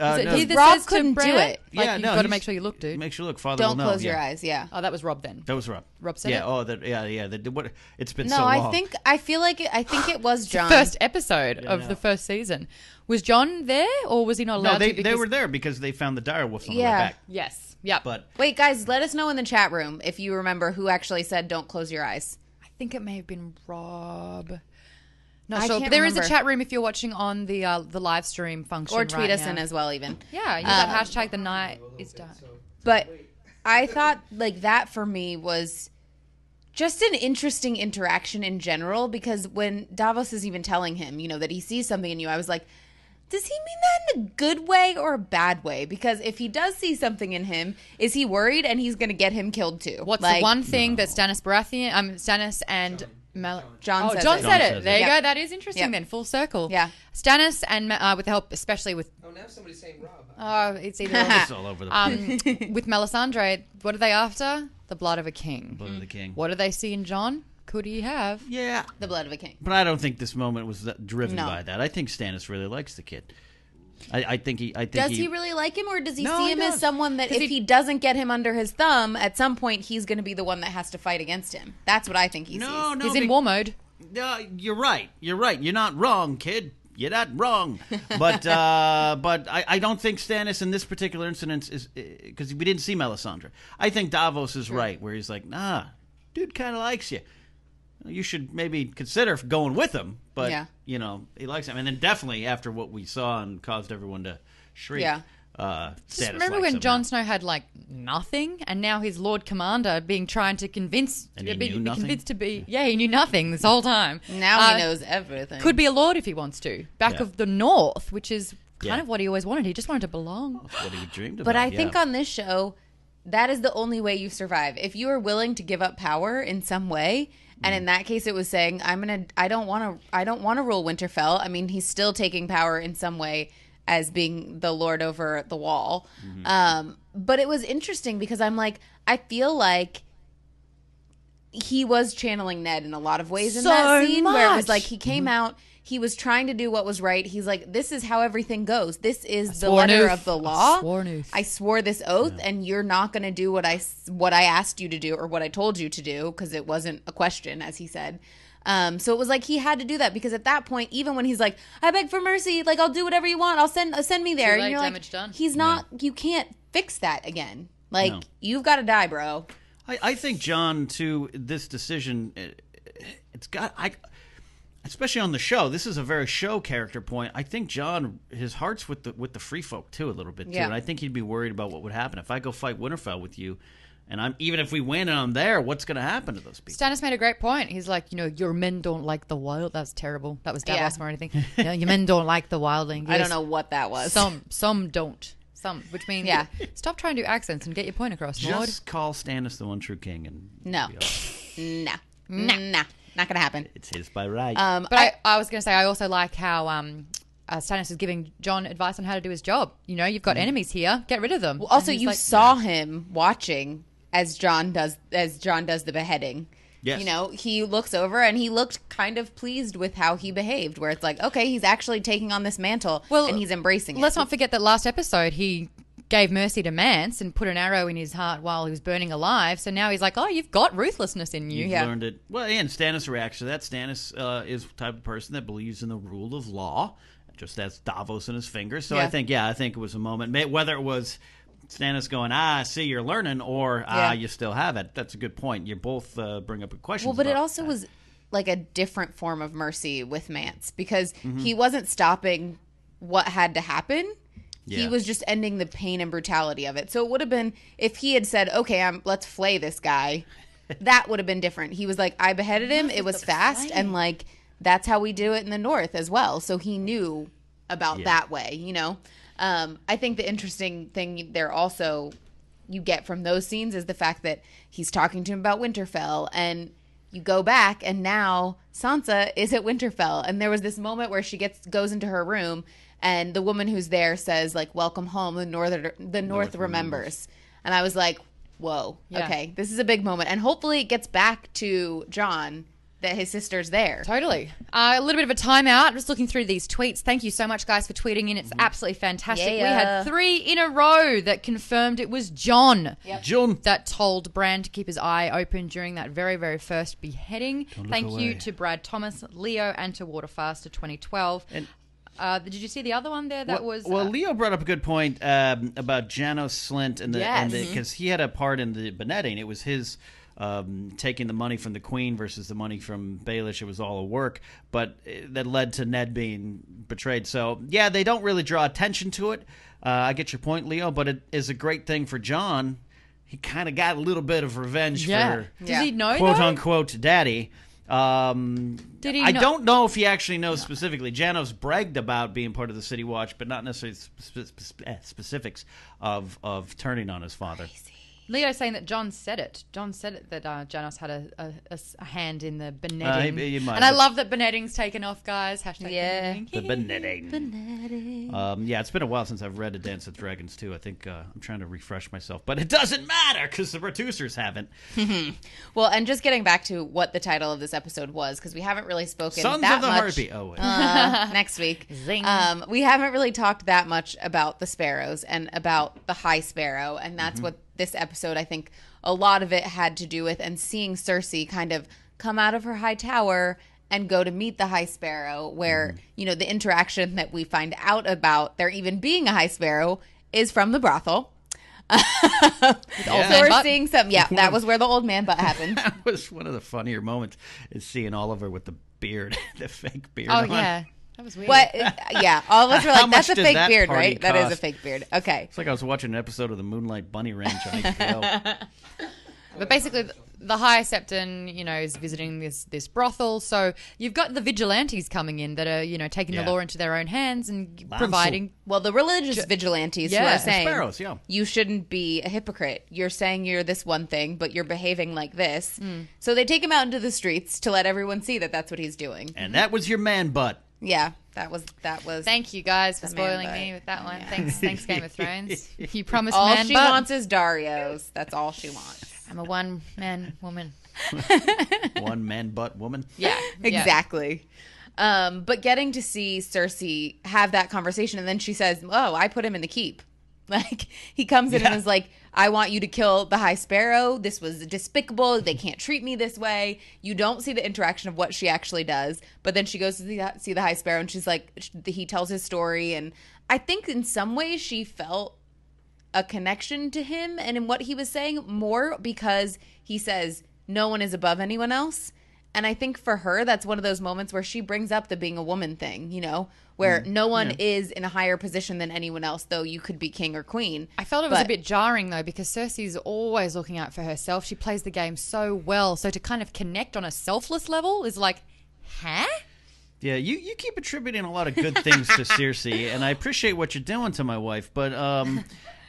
Speaker 3: Uh,
Speaker 2: is it
Speaker 3: no,
Speaker 2: he that
Speaker 4: Rob
Speaker 2: says to
Speaker 4: couldn't do
Speaker 2: Bran,
Speaker 4: it.
Speaker 2: Like,
Speaker 3: yeah,
Speaker 2: you've
Speaker 3: no,
Speaker 2: got to
Speaker 3: he's-
Speaker 2: make sure you look, dude.
Speaker 3: Make sure you look. Father
Speaker 4: Don't
Speaker 3: will know.
Speaker 4: close your
Speaker 3: yeah.
Speaker 4: eyes. Yeah.
Speaker 2: oh, that was Rob then.
Speaker 3: That was Rob.
Speaker 2: Rob said
Speaker 3: yeah.
Speaker 2: it?
Speaker 3: Oh, that. Yeah, yeah. That, what? It's been
Speaker 4: No,
Speaker 3: so long.
Speaker 4: I think I feel like it, I think it was John.
Speaker 2: first episode
Speaker 3: Um, Yeah,
Speaker 2: of
Speaker 3: no.
Speaker 2: the first season. Was John there, or was he not allowed
Speaker 3: No, they
Speaker 2: to?
Speaker 3: they
Speaker 2: because-
Speaker 3: were there because they found the direwolf on the way
Speaker 4: Yeah.
Speaker 3: back.
Speaker 2: Yes. Yeah.
Speaker 3: But
Speaker 4: Wait, guys, let us know in the chat room if you remember who actually said "Don't close your eyes."
Speaker 2: I think it may have been Rob. Not
Speaker 4: I
Speaker 2: sure.
Speaker 4: can't
Speaker 2: But there is
Speaker 4: remember.
Speaker 2: a chat room if you're watching on the uh, the live stream function,
Speaker 4: Or
Speaker 2: right
Speaker 4: tweet us
Speaker 2: now.
Speaker 4: in as well, even.
Speaker 2: Yeah, use that hashtag. The night is dark.
Speaker 4: But I thought like that for me was just an interesting interaction in general because when Davos is even telling him, you know, that he sees something in you, I was like, does he mean that in a good way or a bad way? Because if he does see something in him, is he worried and he's going to get him killed too?
Speaker 2: What's the
Speaker 4: Like,
Speaker 2: one thing that Stannis Baratheon, um, Stannis and Mal-
Speaker 4: John
Speaker 2: oh,
Speaker 4: says
Speaker 2: John
Speaker 4: it.
Speaker 2: said
Speaker 3: John
Speaker 2: it.
Speaker 3: says
Speaker 2: There
Speaker 3: it.
Speaker 2: you
Speaker 4: Yep.
Speaker 2: go. That is interesting.
Speaker 4: Yep.
Speaker 2: Then full circle.
Speaker 4: Yeah.
Speaker 2: Stannis and Ma- uh, with the help, especially with
Speaker 6: Oh, now somebody's saying Rob.
Speaker 2: oh, it's either or.
Speaker 3: it's all over the place.
Speaker 2: um, with Melisandre. What are they after? The blood of a king.
Speaker 3: Blood of the King.
Speaker 2: What do they see in John? Could he have?
Speaker 3: Yeah,
Speaker 4: mm. The blood of a king.
Speaker 3: but I don't think this moment was that driven
Speaker 4: No.
Speaker 3: by that. I think Stannis really likes the kid. I, I think he. I think
Speaker 4: Does he really like him, or does he
Speaker 3: No,
Speaker 4: see
Speaker 3: he
Speaker 4: him as
Speaker 3: does.
Speaker 4: someone that
Speaker 2: 'Cause
Speaker 4: if
Speaker 2: he-
Speaker 4: he, doesn't get him under his thumb, at some point he's going to be the one that has to fight against him? That's what I think he
Speaker 3: No,
Speaker 4: sees.
Speaker 3: no.
Speaker 2: He's in
Speaker 3: be-
Speaker 2: war mode.
Speaker 3: No, you're right. You're right. You're not wrong, kid. You're not wrong. But uh, but I, I don't think Stannis in this particular incident is because we didn't see Melisandre. I think Davos is right, where he's like, nah, dude kind of likes you. You should maybe consider going with him, but
Speaker 4: Yeah.
Speaker 3: you know he likes him, and then definitely after what we saw and caused everyone to shriek.
Speaker 4: Yeah.
Speaker 3: Uh, Stannis
Speaker 2: Just remember
Speaker 3: likes
Speaker 2: when
Speaker 3: him
Speaker 2: Jon
Speaker 3: now.
Speaker 2: Snow had like nothing, and now his Lord Commander being trying to convince,
Speaker 3: And he
Speaker 2: be,
Speaker 3: knew
Speaker 2: be
Speaker 3: nothing?
Speaker 2: convinced to be, yeah, he knew nothing this whole time.
Speaker 4: Now
Speaker 2: Uh,
Speaker 4: he knows everything.
Speaker 2: Could be a lord if he wants to. Back
Speaker 3: Yeah.
Speaker 2: of the North, which is kind
Speaker 3: Yeah.
Speaker 2: of what he always wanted. He just wanted to belong.
Speaker 3: what he dreamed about?
Speaker 4: But I
Speaker 3: yeah.
Speaker 4: think on this show, that is the only way you survive. If you are willing to give up power in some way, and
Speaker 2: Mm.
Speaker 4: in that case, it was saying, "I'm gonna, I don't want to, I don't want to rule Winterfell." I mean, he's still taking power in some way as being the lord over the Wall.
Speaker 2: Mm-hmm.
Speaker 4: Um, but it was interesting because I'm like, I feel like. He was channeling Ned in a lot of ways in
Speaker 2: So
Speaker 4: that scene where it
Speaker 2: much. Mm-hmm.
Speaker 4: was like he came out, he was trying to do what was right. He's like, This is how everything goes. This is the
Speaker 2: swore an
Speaker 4: letter
Speaker 2: oath.
Speaker 4: of the
Speaker 2: I
Speaker 4: law.
Speaker 2: swore an oath.
Speaker 4: I swore this oath and you're not going to do what I s- what I asked you to do or what I told you to do because it wasn't a question as he said. Um, so it was like he had to do that because at that point, even when he's like, "I beg for mercy," like I'll do whatever you want, I'll send uh, send me there,
Speaker 2: late,
Speaker 4: and you're
Speaker 2: damage
Speaker 4: like,
Speaker 2: done.
Speaker 4: he's not. You can't fix that again. Like
Speaker 3: No.
Speaker 4: you've got to die, bro.
Speaker 3: I, I think John too. This decision, it, it's got I, especially on the show. This is a very show character point. I think John, his heart's with the with the free folk too a little bit too,
Speaker 4: Yeah.
Speaker 3: and I think he'd be worried about what would happen if I go fight Winterfell with you, and I'm even if we win and I'm there, what's going to happen to those people?
Speaker 2: Stannis made a great point. He's like, you know, your men don't like the wild. That's terrible. That was Davos
Speaker 4: Yeah.
Speaker 2: or anything. You know, your men don't like the wildling.
Speaker 4: I
Speaker 2: Yes.
Speaker 4: don't know what that was.
Speaker 2: Uh, Some some don't. Some, which means
Speaker 4: Yeah.
Speaker 2: Stop trying to do accents and get your point across, Maud.
Speaker 3: Just call Stannis the one true king, and
Speaker 4: no, no, no, nah, not gonna happen.
Speaker 3: it's his by right.
Speaker 4: Um,
Speaker 2: But I, I was going to say, I also like how um, uh, Stannis is giving John advice on
Speaker 3: Mm.
Speaker 2: how to do his job. You know, you've got enemies here, get rid of them.
Speaker 4: Also,
Speaker 2: And he's
Speaker 4: you
Speaker 2: like-
Speaker 4: saw him watching as John does as John does the beheading.
Speaker 3: Yes.
Speaker 4: You know, he looks over and he looked kind of pleased with how he behaved, where it's like, okay, he's actually taking on this mantle
Speaker 2: Well,
Speaker 4: and he's embracing it.
Speaker 2: Let's not forget that last episode he gave mercy to Mance and put an arrow in his heart while he was burning alive. So now he's like, oh, you've got ruthlessness in you.
Speaker 3: You've
Speaker 4: Yeah.
Speaker 3: learned it. Well, and Stannis reacts to that. Stannis uh, is the type of person that believes in the rule of law, just as Davos in his fingers. So I
Speaker 2: Yeah.
Speaker 3: think, yeah, I think it was a moment, may- whether it was Stannis going, ah, I see, you're learning, or ah,
Speaker 4: Yeah.
Speaker 3: you still have it. That's a good point. You both uh, bring up a question.
Speaker 4: Well, but it also was like a different form of mercy with Mance because he wasn't stopping what had to happen.
Speaker 3: Yeah.
Speaker 4: He was just ending the pain and brutality of it. So it would have been if he had said, "Okay, I'm let's flay this guy." that would have been different. He was like, "I beheaded him. It was fast and like that's how we do it in the north as well." So he knew about that way, you know. Um, I think the interesting thing there also you get from those scenes is the fact that he's talking to him about Winterfell and you go back and now Sansa is at Winterfell and there was this moment where she gets goes into her room and the woman who's there says like welcome home the northern the north, remembers and I was like whoa
Speaker 2: Yeah.
Speaker 4: okay this is a big moment and hopefully it gets back to John that his sister's there
Speaker 2: Totally. Uh, a little bit of a timeout. Just looking through these tweets. Thank you so much, guys, for tweeting in. It's
Speaker 3: Mm-hmm.
Speaker 2: absolutely fantastic. We
Speaker 4: Yeah.
Speaker 2: had three in a row that confirmed it was John
Speaker 3: John.
Speaker 2: that told Bran to keep his eye open during that very, very first beheading.
Speaker 3: look
Speaker 2: Thank
Speaker 3: away.
Speaker 2: you to Brad Thomas, Leo, and to Waterfaster 2012. uh, did you see the other one there? That
Speaker 3: well,
Speaker 2: was
Speaker 3: well,
Speaker 2: uh,
Speaker 3: Leo brought up a good point um, about Janos Slint and the because
Speaker 4: Yes.
Speaker 3: the, 'cause he had a part in the benetting. It was his um, taking the money from the Queen versus the money from Baelish. It was all a work, but uh, that led to Ned being betrayed. So yeah, they don't really draw attention to it. Uh, I get your point, Leo, but it is a great thing for John. He kind of got a little bit of revenge
Speaker 2: yeah.
Speaker 3: for
Speaker 2: Does he know?
Speaker 3: quote
Speaker 2: though?
Speaker 3: unquote daddy. Um,
Speaker 2: Did he
Speaker 3: I
Speaker 2: know-
Speaker 3: don't know if he actually knows specifically. Janos bragged about being part of the City Watch, but not necessarily spe- spe- spe- eh, specifics of of turning on his father.
Speaker 2: Leo saying that John said it. John said it that uh, Janos had a, a- a s- a hand in the benetting.
Speaker 3: Uh, he- he might
Speaker 2: and I
Speaker 3: have.
Speaker 2: love that benetting's taken off, guys. Hashtag
Speaker 4: Yeah.
Speaker 2: benetting.
Speaker 3: The Benetting. Um, yeah, it's been a while since I've read A Dance with Dragons too. I think uh, I'm trying to refresh myself, but it doesn't matter because the producers haven't.
Speaker 4: well and just getting back to what the title of this episode was because we haven't really spoken
Speaker 3: Sons
Speaker 4: that
Speaker 3: of the
Speaker 4: much
Speaker 3: Harpy. Oh wait.
Speaker 4: uh, next week.
Speaker 2: Zing.
Speaker 4: Um, we haven't really talked that much about the sparrows and about the high sparrow, and
Speaker 3: Mm-hmm.
Speaker 4: that's what this episode, I think, a lot of it had to do with, and seeing Cersei kind of come out of her high tower and go to meet the high sparrow, where
Speaker 3: Mm-hmm.
Speaker 4: you know the interaction that we find out about there even being a high sparrow is from the brothel. So
Speaker 2: man
Speaker 4: we're
Speaker 2: butt.
Speaker 4: seeing some. Yeah, that was where the old man butt happened.
Speaker 3: that was one of the funnier moments is seeing Oliver with the beard, the fake beard.
Speaker 2: Oh
Speaker 3: on.
Speaker 2: yeah, that was weird.
Speaker 4: But yeah, all of us were
Speaker 3: How
Speaker 4: like,
Speaker 3: much
Speaker 4: "That's a
Speaker 3: did
Speaker 4: fake
Speaker 3: that
Speaker 4: beard,
Speaker 3: party
Speaker 4: right? That is a
Speaker 3: cost?
Speaker 4: fake beard." Okay.
Speaker 3: It's like I was watching an episode of the Moonlight Bunny Ranch on HBO.
Speaker 2: But basically, th- the High Septon, you know, is visiting this this brothel. So you've got the vigilantes coming in that are, you know, taking
Speaker 3: Yeah.
Speaker 2: the law into their own hands and
Speaker 3: Lancel.
Speaker 2: providing.
Speaker 4: Well, the religious vigilantes who
Speaker 2: yeah,
Speaker 4: are saying
Speaker 3: sparrows, yeah.
Speaker 4: you shouldn't be a hypocrite. You're saying you're this one thing, but you're behaving like this. So they take him out into the streets to let everyone see that that's what he's doing.
Speaker 3: And that was your man butt.
Speaker 4: Yeah, that was that was.
Speaker 2: Thank you guys for
Speaker 4: The man
Speaker 2: spoiling
Speaker 4: butt.
Speaker 2: me with that one. Thanks, thanks, Game of Thrones. You promised
Speaker 4: all
Speaker 2: man
Speaker 4: she
Speaker 2: butt.
Speaker 4: wants is Dario's. That's all she wants.
Speaker 2: I'm a one man woman.
Speaker 3: One man butt woman.
Speaker 2: Yeah, yeah.
Speaker 4: Exactly. Um, but getting to see Cersei have that conversation, and then she says, "Oh, I put him in the keep." Like he comes in and is like, "I want you to kill the High Sparrow. This was despicable. They can't treat me this way." You don't see the interaction of what she actually does, but then she goes to see, see the High Sparrow, and she's like, sh- he tells his story, and I think in some ways she felt a connection to him and in what he was saying more because he says no one is above anyone else and i think for her that's one of those moments where she brings up the being a woman thing you know where no one is in a higher position than anyone else though you could be king or queen
Speaker 2: I felt it was a
Speaker 4: But-
Speaker 2: bit jarring though because Cersei's always looking out for herself. She plays the game so well. So to kind of connect on a selfless level is like, huh?
Speaker 3: Yeah, you, you keep attributing a lot of good things to Cersei, and I appreciate what you're doing to my wife, but um,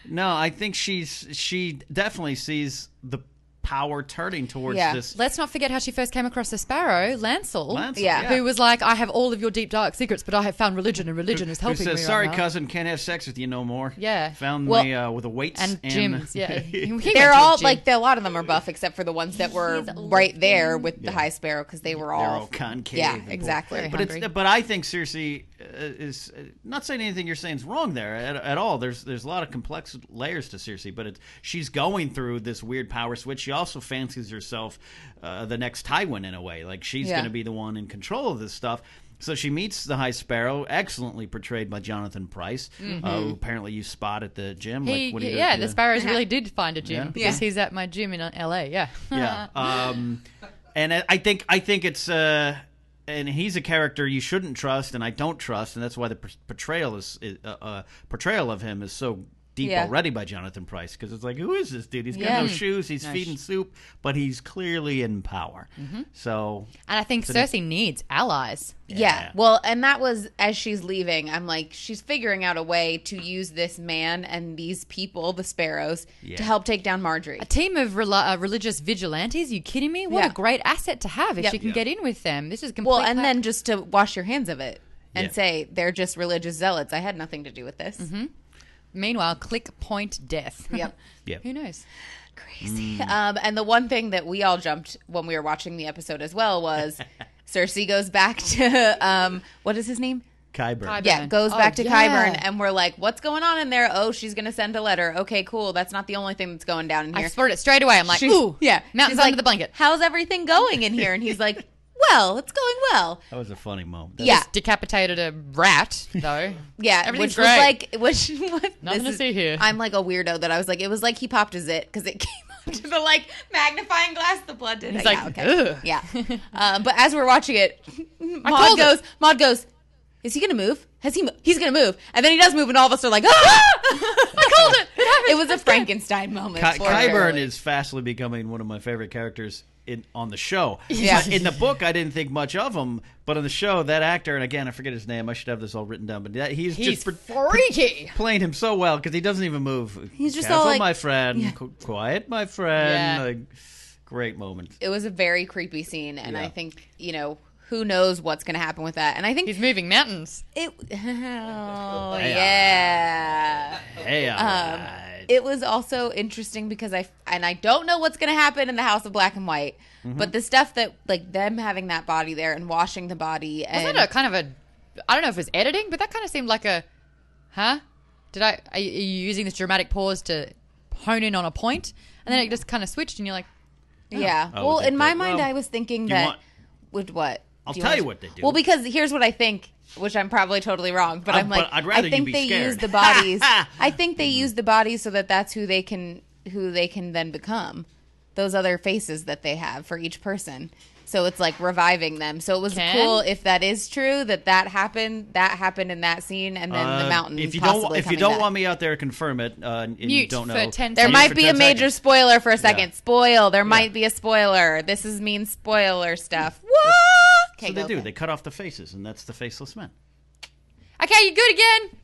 Speaker 3: no, I think she's she definitely sees the power turning towards
Speaker 4: Yeah.
Speaker 3: this.
Speaker 2: Let's not forget how she first came across the sparrow, Lancel.
Speaker 3: Lancel,
Speaker 4: Yeah.
Speaker 3: yeah.
Speaker 2: Who was like, I have all of your deep dark secrets, but I have found religion, and religion is
Speaker 3: Who
Speaker 2: helping me.
Speaker 3: says,
Speaker 2: right
Speaker 3: "Sorry,
Speaker 2: now."
Speaker 3: cousin, can't have sex with you no more."
Speaker 2: Yeah.
Speaker 3: found
Speaker 4: Well-
Speaker 3: me uh, with the weights
Speaker 2: And Jim's, yeah. He went to
Speaker 4: They're
Speaker 2: a
Speaker 4: all
Speaker 2: gym.
Speaker 4: like the, a lot of them are buff except for the ones that were right there with the high sparrow because they were all,
Speaker 3: They're all concave.
Speaker 4: Yeah,
Speaker 3: and pulled.
Speaker 4: exactly.
Speaker 3: But it's but I think Cersei uh, is uh, not saying anything you're saying is wrong there at, at all. There's there's a lot of complex layers to Cersei, but it's she's going through this weird power switch. She also fancies herself uh, the next Tywin in a way, like she's
Speaker 4: Yeah.
Speaker 3: going to be the one in control of this stuff. So she meets the High Sparrow, excellently portrayed by Jonathan Price, uh, who apparently you spot at the gym.
Speaker 2: He,
Speaker 3: like, what do you-
Speaker 2: yeah, the sparrows really did find a gym
Speaker 3: Yeah.
Speaker 2: because
Speaker 4: Yeah.
Speaker 2: he's at my gym in LA. Yeah.
Speaker 3: yeah. Um, and I- I think I think it's uh, and he's a character you shouldn't trust, and I don't trust, and that's why the per- portrayal is is- uh, uh, portrayal of him is so deep
Speaker 4: Yeah.
Speaker 3: already by Jonathan Price because it's like who is this dude? He's got no
Speaker 4: Yeah.
Speaker 3: shoes, he's feeding soup, but he's clearly in power. So
Speaker 2: And I think Cersei needs allies.
Speaker 4: Yeah.
Speaker 3: Yeah.
Speaker 4: Well, and that was as she's leaving, I'm like, she's figuring out a way to use this man and these people, the sparrows,
Speaker 3: Yeah.
Speaker 4: to help take down Marjorie.
Speaker 2: A team of rela uh, religious vigilantes? You kidding me? What
Speaker 4: Yeah.
Speaker 2: a great asset to have if
Speaker 4: Yep.
Speaker 2: she can
Speaker 3: Yeah.
Speaker 2: get in with them. This is complete.
Speaker 4: Well, and
Speaker 2: cla-
Speaker 4: then just to wash your hands of it and
Speaker 3: Yeah.
Speaker 4: say, they're just religious zealots. I had nothing to do with this.
Speaker 2: Mm-hmm. meanwhile, click point death.
Speaker 4: Yep.
Speaker 3: yeah,
Speaker 2: Who knows?
Speaker 4: Crazy.
Speaker 3: Mm.
Speaker 4: Um, and the one thing that we all jumped when we were watching the episode as well was Cersei goes back to, um, what is his name?
Speaker 3: Kyber.
Speaker 2: Kyber.
Speaker 4: Yeah,
Speaker 2: Kyburn.
Speaker 4: goes back
Speaker 2: Oh,
Speaker 4: to
Speaker 2: yeah.
Speaker 4: Kyburn, and we're like, "What's going on in there?" Oh, she's gonna send a letter. Okay, cool. That's not the only thing that's going down in
Speaker 2: I
Speaker 4: here.
Speaker 2: spotted it straight away. I'm like,
Speaker 4: She's-
Speaker 2: ooh,
Speaker 4: yeah.
Speaker 2: mountains
Speaker 4: She's
Speaker 2: under
Speaker 4: like,
Speaker 2: the blanket.
Speaker 4: How's everything going in here? And he's like, well, it's going well.
Speaker 3: That was a funny moment.
Speaker 4: yeah,
Speaker 2: Decapitated a rat, though.
Speaker 4: yeah. Which
Speaker 2: everything's
Speaker 4: was
Speaker 2: great.
Speaker 4: like, which was,
Speaker 2: Nothing to
Speaker 4: this is-
Speaker 2: see here.
Speaker 4: I'm like a weirdo that I was like, it was like he popped a zit because it came up to the like magnifying glass. The blood did.
Speaker 2: He's
Speaker 4: yeah,
Speaker 2: like,
Speaker 4: okay.
Speaker 2: "Ugh."
Speaker 4: yeah. Um, but as we're watching it, Maud
Speaker 2: called it.
Speaker 4: goes, Maud goes, is he gonna move? Has he? Mo- he's gonna move, and then he does move, and all of us are like, ah! I called it. It, was a Frankenstein moment.
Speaker 3: Ky-
Speaker 4: for
Speaker 3: Kyburn
Speaker 4: sure.
Speaker 3: is fastly becoming one of my favorite characters in on the show.
Speaker 4: Yeah.
Speaker 3: But in the book, I didn't think much of him, but on the show, that actor and again, I forget his name. I should have this all written down, but that, he's,
Speaker 2: He's
Speaker 3: just pre-
Speaker 2: freaky.
Speaker 3: playing him so well because he doesn't even move.
Speaker 4: He's just
Speaker 3: Careful,
Speaker 4: all like-
Speaker 3: my friend, Qu- quiet, my friend.
Speaker 2: Yeah.
Speaker 3: Like, great moment.
Speaker 4: it was a very creepy scene and
Speaker 3: Yeah.
Speaker 4: i think you know who knows what's going to happen with that and i think
Speaker 2: He's moving mountains.
Speaker 4: it oh,
Speaker 3: Yeah.
Speaker 4: yeah
Speaker 3: Hey,
Speaker 4: um,
Speaker 3: all right.
Speaker 4: it was also interesting because i and i don't know what's going to happen in the house of black and white but the stuff that like them having that body there and washing the body
Speaker 2: Was
Speaker 4: and
Speaker 2: that a kind of a? I don't know if it was editing, but that kind of seemed like a, huh? Did I? Are you are you using this dramatic pause to hone in on a point, and then it just kind of switched, and you're like,
Speaker 4: yeah
Speaker 3: Oh,
Speaker 4: well
Speaker 3: they
Speaker 4: in my
Speaker 3: did.
Speaker 4: mind
Speaker 3: Well,
Speaker 4: i was thinking
Speaker 3: you
Speaker 4: that
Speaker 3: want-
Speaker 4: would what
Speaker 3: I'll
Speaker 4: Do
Speaker 3: tell
Speaker 4: want-
Speaker 3: you what they do.
Speaker 4: well because here's what i think which I'm probably totally wrong, but
Speaker 3: Uh,
Speaker 4: I'm
Speaker 3: but
Speaker 4: like,
Speaker 3: I'd rather
Speaker 4: I
Speaker 3: you
Speaker 4: think
Speaker 3: be
Speaker 4: they
Speaker 3: scared.
Speaker 4: use the bodies. I think they use the bodies so that that's who they can who they can then become. Those other faces that they have for each person. So it's like reviving them. So it was
Speaker 2: Can?
Speaker 4: cool if that is true that that happened. That happened in that scene, and then the
Speaker 3: Uh,
Speaker 4: mountain.
Speaker 3: If you don't,
Speaker 4: possibly
Speaker 3: if you
Speaker 4: coming
Speaker 3: don't
Speaker 4: back.
Speaker 3: want me out there to confirm it, uh, and, and you
Speaker 2: Mute
Speaker 3: don't
Speaker 2: for
Speaker 3: know,
Speaker 2: 10
Speaker 4: There
Speaker 2: Mute
Speaker 4: might
Speaker 3: for
Speaker 4: be a
Speaker 3: 10
Speaker 4: major
Speaker 3: seconds.
Speaker 4: spoiler for a second.
Speaker 3: Yeah.
Speaker 4: Spoil. There might be a spoiler. This is mean spoiler stuff. What?
Speaker 3: So they do. They cut off the faces, and that's the faceless men.
Speaker 2: okay, you're good again.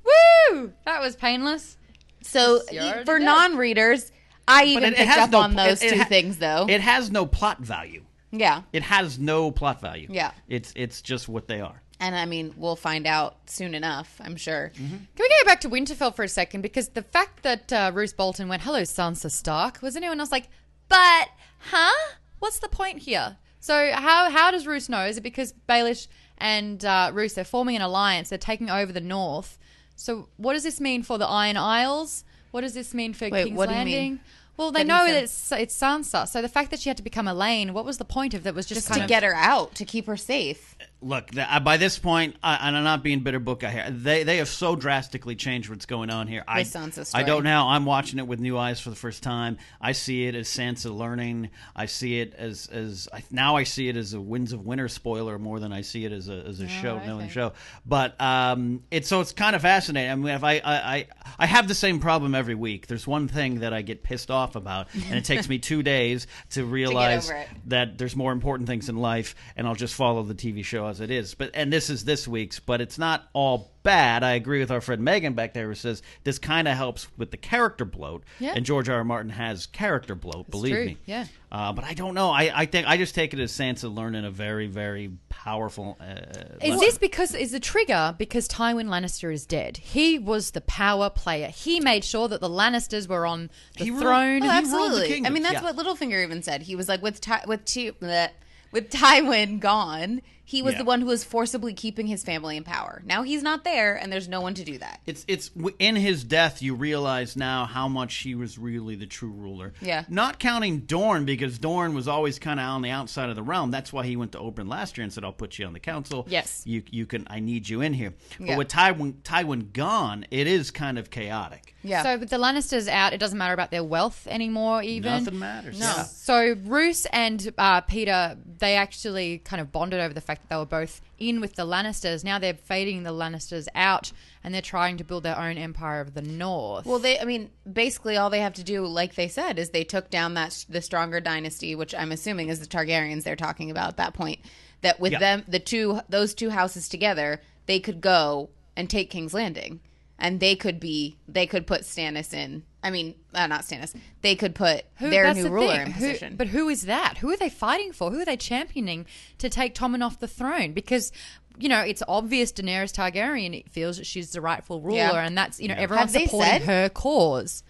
Speaker 2: Woo! That was painless.
Speaker 4: So
Speaker 2: Yes, you already
Speaker 4: for
Speaker 2: did.
Speaker 4: non-readers, I even
Speaker 3: it
Speaker 4: picked
Speaker 3: has
Speaker 4: up
Speaker 3: no
Speaker 4: on
Speaker 3: pl-
Speaker 4: those
Speaker 3: it- it
Speaker 4: two
Speaker 3: ha-
Speaker 4: things, though.
Speaker 3: It has no plot value.
Speaker 4: yeah,
Speaker 3: It has no plot value.
Speaker 4: Yeah.
Speaker 3: It's it's just what they are.
Speaker 4: and I mean, we'll find out soon enough, I'm sure.
Speaker 3: Mm-hmm.
Speaker 2: Can we go back to Winterfell for a second? Because the fact that uh, Roose Bolton went, "Hello, Sansa Stark," was anyone else like, "But huh? What's the point here?" So how how does Roose know? Is it because Baelish and uh, Roose are forming an alliance? They're taking over the North. So what does this mean for the Iron Isles? What does this mean for
Speaker 4: Wait,
Speaker 2: King's
Speaker 4: what do you
Speaker 2: Landing?
Speaker 4: mean?
Speaker 2: Well, they
Speaker 4: That
Speaker 2: know that it's
Speaker 4: makes
Speaker 2: it's Sansa. So the fact that she had to become Elaine, what was the point of that? Was just,
Speaker 4: Just
Speaker 2: kind
Speaker 4: to
Speaker 2: of
Speaker 4: get her out, to keep her safe.
Speaker 3: Look, th- I- by this point, I, and I'm not being bitter book guy here. They they have so drastically changed what's going on here. I
Speaker 4: With Sansa's
Speaker 3: I
Speaker 4: story.
Speaker 3: don't know. how- I'm watching it with new eyes for the first time. I see it as Sansa learning. I see it as as I, now I see it as a Winds of Winter spoiler more than I see it as a
Speaker 4: Oh,
Speaker 3: as a show, no other show. But um, it's so it's kind of fascinating. I mean, if I I, I I have the same problem every week. There's one thing that I get pissed off off about, and it takes me two days to realize
Speaker 4: over it.
Speaker 3: that there's more important things in life, and I'll just follow the TV show as it is. But and this is this week's, but it's not all bad. I agree with our friend Megan back there who says this kind of helps with the character bloat,
Speaker 2: Yeah.
Speaker 3: and George R. R. Martin has character bloat. believe
Speaker 2: true,
Speaker 3: me,
Speaker 2: yeah.
Speaker 3: Uh, but I don't know. I, I think I just take it as Sansa learning a very very powerful. Uh,
Speaker 2: Is this because is the trigger because Tywin Lannister is dead? He was the power player. He made sure that the Lannisters were on the
Speaker 3: He ruled-
Speaker 2: throne.
Speaker 3: Oh, He ruled
Speaker 4: Oh,
Speaker 3: the
Speaker 4: absolutely. I
Speaker 3: kingdom,
Speaker 4: mean, that's
Speaker 3: yeah.
Speaker 4: what Littlefinger even said. He was like, with Ty- with T- bleh, with Tywin gone, he was
Speaker 3: Yeah.
Speaker 4: the one who was forcibly keeping his family in power. Now he's not there, and there's no one to do that.
Speaker 3: it's it's w- in his death you realize now how much he was really the true ruler.
Speaker 4: Yeah.
Speaker 3: Not counting Dorne because Dorne was always kind of on the outside of the realm. That's why he went to Oberyn last year and said, "I'll put you on the council.
Speaker 2: Yes.
Speaker 3: You you can. I need you in here." But
Speaker 4: Yeah.
Speaker 3: with Tywin Tywin gone, it is kind of chaotic.
Speaker 4: Yeah.
Speaker 2: So with the Lannisters out, it doesn't matter about their wealth anymore. Even
Speaker 3: Nothing matters.
Speaker 2: No.
Speaker 3: Yeah.
Speaker 2: So Roose and uh, Peter, they actually kind of bonded over the fact that they were both in with the Lannisters. Now they're fading the Lannisters out, and they're trying to build their own empire of the North.
Speaker 4: well, they, I mean, basically all they have to do, like they said, is they took down that s- the stronger dynasty, which I'm assuming is the Targaryens they're talking about at that point. That with
Speaker 3: Yeah.
Speaker 4: them, the two, those two houses together, they could go and take King's Landing, and they could be, they could put Stannis in. I mean, uh, not Stannis. They could put
Speaker 2: Who-
Speaker 4: their
Speaker 2: that's
Speaker 4: new
Speaker 2: the
Speaker 4: ruler
Speaker 2: thing.
Speaker 4: in
Speaker 2: Who-
Speaker 4: position.
Speaker 2: but who is that? Who are they fighting for? Who are they championing to take Tommen off the throne? Because you know it's obvious Daenerys Targaryen feels that she's the rightful ruler,
Speaker 4: Yeah.
Speaker 2: and that's you know everyone's
Speaker 4: Have they
Speaker 2: supporting
Speaker 4: said?
Speaker 2: her cause.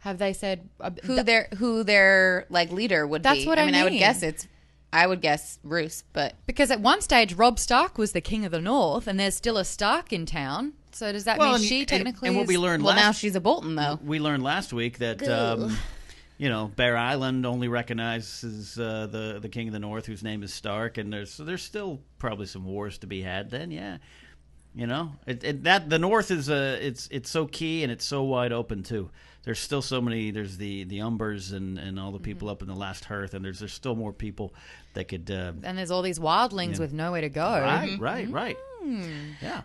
Speaker 2: Have they said uh,
Speaker 4: who
Speaker 2: th-
Speaker 4: their who their like leader would
Speaker 2: That's
Speaker 4: be.
Speaker 2: what I
Speaker 4: mean. I would
Speaker 2: mean.
Speaker 4: guess it's I would guess Roos, but
Speaker 2: because at one stage Rob Stark was the king of the North, and there's still a Stark in town. So does that mean
Speaker 3: and-
Speaker 2: she
Speaker 3: and-
Speaker 2: technically?
Speaker 3: and, what we
Speaker 2: is-
Speaker 3: learned
Speaker 4: well
Speaker 3: last
Speaker 4: now she's a Bolton though.
Speaker 3: we learned last week that um, you know Bear Island only recognizes uh, the the king of the north, whose name is Stark, and there's so there's still probably some wars to be had. Then, yeah, you know it, it, that the north is uh, it's it's so key and it's so wide open too. There's still so many. There's the the Umbers and and all the
Speaker 4: Mm-hmm.
Speaker 3: people up in the last hearth, and there's there's still more people that could. Uh,
Speaker 2: and there's all these wildlings with nowhere to go.
Speaker 3: Right,
Speaker 4: mm-hmm.
Speaker 3: right, right.
Speaker 4: Hmm.
Speaker 3: Yeah,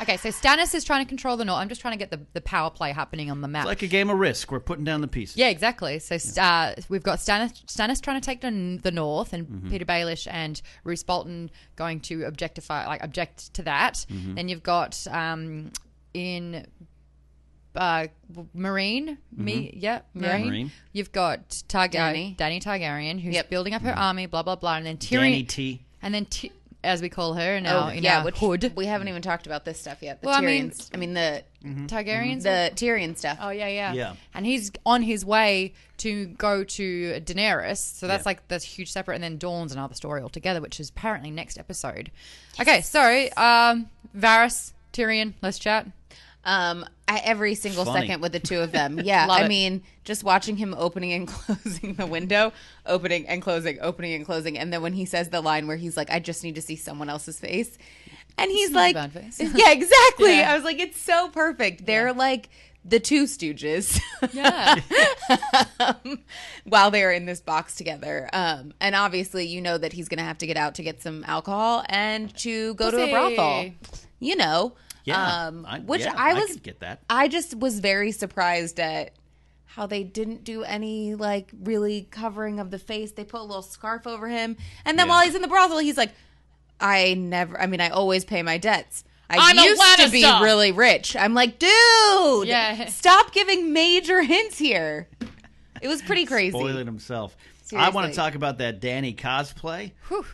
Speaker 2: Okay, so Stannis is trying to control the North. I'm just trying to get the, the power play happening on the map.
Speaker 3: like a game of Risk. We're putting down the pieces.
Speaker 2: Yeah, exactly. So uh, we've got Stannis, Stannis trying to take the, the North, and Peter Baelish and Roose Bolton going to objectify, like object to that. Then you've got um, in uh, Marine, me, Mm-hmm. yeah, Marine.
Speaker 3: Marine.
Speaker 2: You've got Targ- Danny.
Speaker 4: Danny.
Speaker 2: Danny Targaryen, who's
Speaker 4: Yep.
Speaker 2: building up her army, blah blah blah, and then
Speaker 3: Danny
Speaker 2: Tyrion,
Speaker 3: T.
Speaker 2: and then Ty- as we call her now in
Speaker 4: Oh, yeah,
Speaker 2: our
Speaker 4: which
Speaker 2: Oh, hood,
Speaker 4: we haven't even talked about this stuff yet. The
Speaker 2: Well, I mean-
Speaker 4: Tyrians. I mean, the
Speaker 2: Targaryens.
Speaker 4: Mm-hmm. the Tyrion stuff.
Speaker 2: Oh yeah, yeah,
Speaker 3: Yeah.
Speaker 2: And he's on his way to go to Daenerys, so that's like this huge separate. And then Dawn's another story altogether, which is apparently next episode. Okay, so um, Varys, Tyrion, let's chat.
Speaker 4: Um, I, every single
Speaker 3: Funny.
Speaker 4: second with the two of them. Yeah,
Speaker 2: Love
Speaker 4: I
Speaker 2: it.
Speaker 4: mean, just watching him opening and closing the window, opening and closing, opening and closing, and then when he says the line where he's like, "I just need to see someone else's face," and he's like,
Speaker 2: bad face.
Speaker 4: "Yeah, exactly." I was like, "It's so perfect." They're like the two Stooges. Um,
Speaker 2: Yeah,
Speaker 4: while they're in this box together. Um, and obviously, you know that he's going to have to get out to get some alcohol and to go to a
Speaker 2: Pussy.
Speaker 4: brothel. You know,
Speaker 3: Yeah,
Speaker 4: um,
Speaker 3: I-
Speaker 4: which
Speaker 3: yeah,
Speaker 4: I
Speaker 3: I
Speaker 4: was, I,
Speaker 3: could get that.
Speaker 4: just was very surprised at how they didn't do any like really covering of the face. They put a little scarf over him, and then
Speaker 3: Yeah.
Speaker 4: while he's in the brothel, he's like, "I never. I mean, I always pay my debts." I
Speaker 2: I'm a
Speaker 4: used to be
Speaker 2: Lannister."
Speaker 4: really rich. I'm like, dude,
Speaker 2: Yeah.
Speaker 4: stop giving major hints here. It was pretty crazy.
Speaker 3: spoiling himself. I want to
Speaker 4: Seriously.
Speaker 3: talk about that Danny cosplay.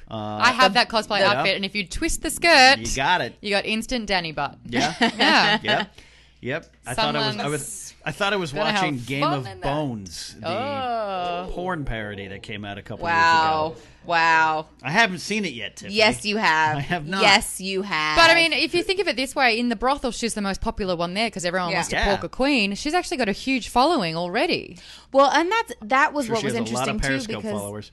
Speaker 2: I have that cosplay
Speaker 3: yeah.
Speaker 2: outfit, and if you twist the skirt,
Speaker 3: You got it.
Speaker 2: you got instant Danny butt.
Speaker 3: Yeah.
Speaker 2: Yeah.
Speaker 3: yep. Yep. I thought I was I was I thought I was
Speaker 2: Gonna have
Speaker 3: watching Game
Speaker 2: fun
Speaker 3: of
Speaker 2: in that.
Speaker 3: Bones, the porn parody that came out a couple
Speaker 4: Oh. Wow.
Speaker 3: years ago.
Speaker 4: Wow.
Speaker 3: I haven't seen it yet, Tiffany.
Speaker 4: Yes, you have.
Speaker 3: I have not.
Speaker 4: Yes, you have.
Speaker 2: But I mean, if you think of it this way, in the brothel, she's the most popular one there because everyone
Speaker 4: Yeah.
Speaker 2: wants to
Speaker 3: Yeah.
Speaker 2: pork a queen. She's actually got a huge following already.
Speaker 4: well, and that's that was
Speaker 3: Sure
Speaker 4: what
Speaker 3: she
Speaker 4: was
Speaker 3: has a lot
Speaker 4: interesting
Speaker 3: of
Speaker 4: too
Speaker 3: Periscope
Speaker 4: because
Speaker 3: followers.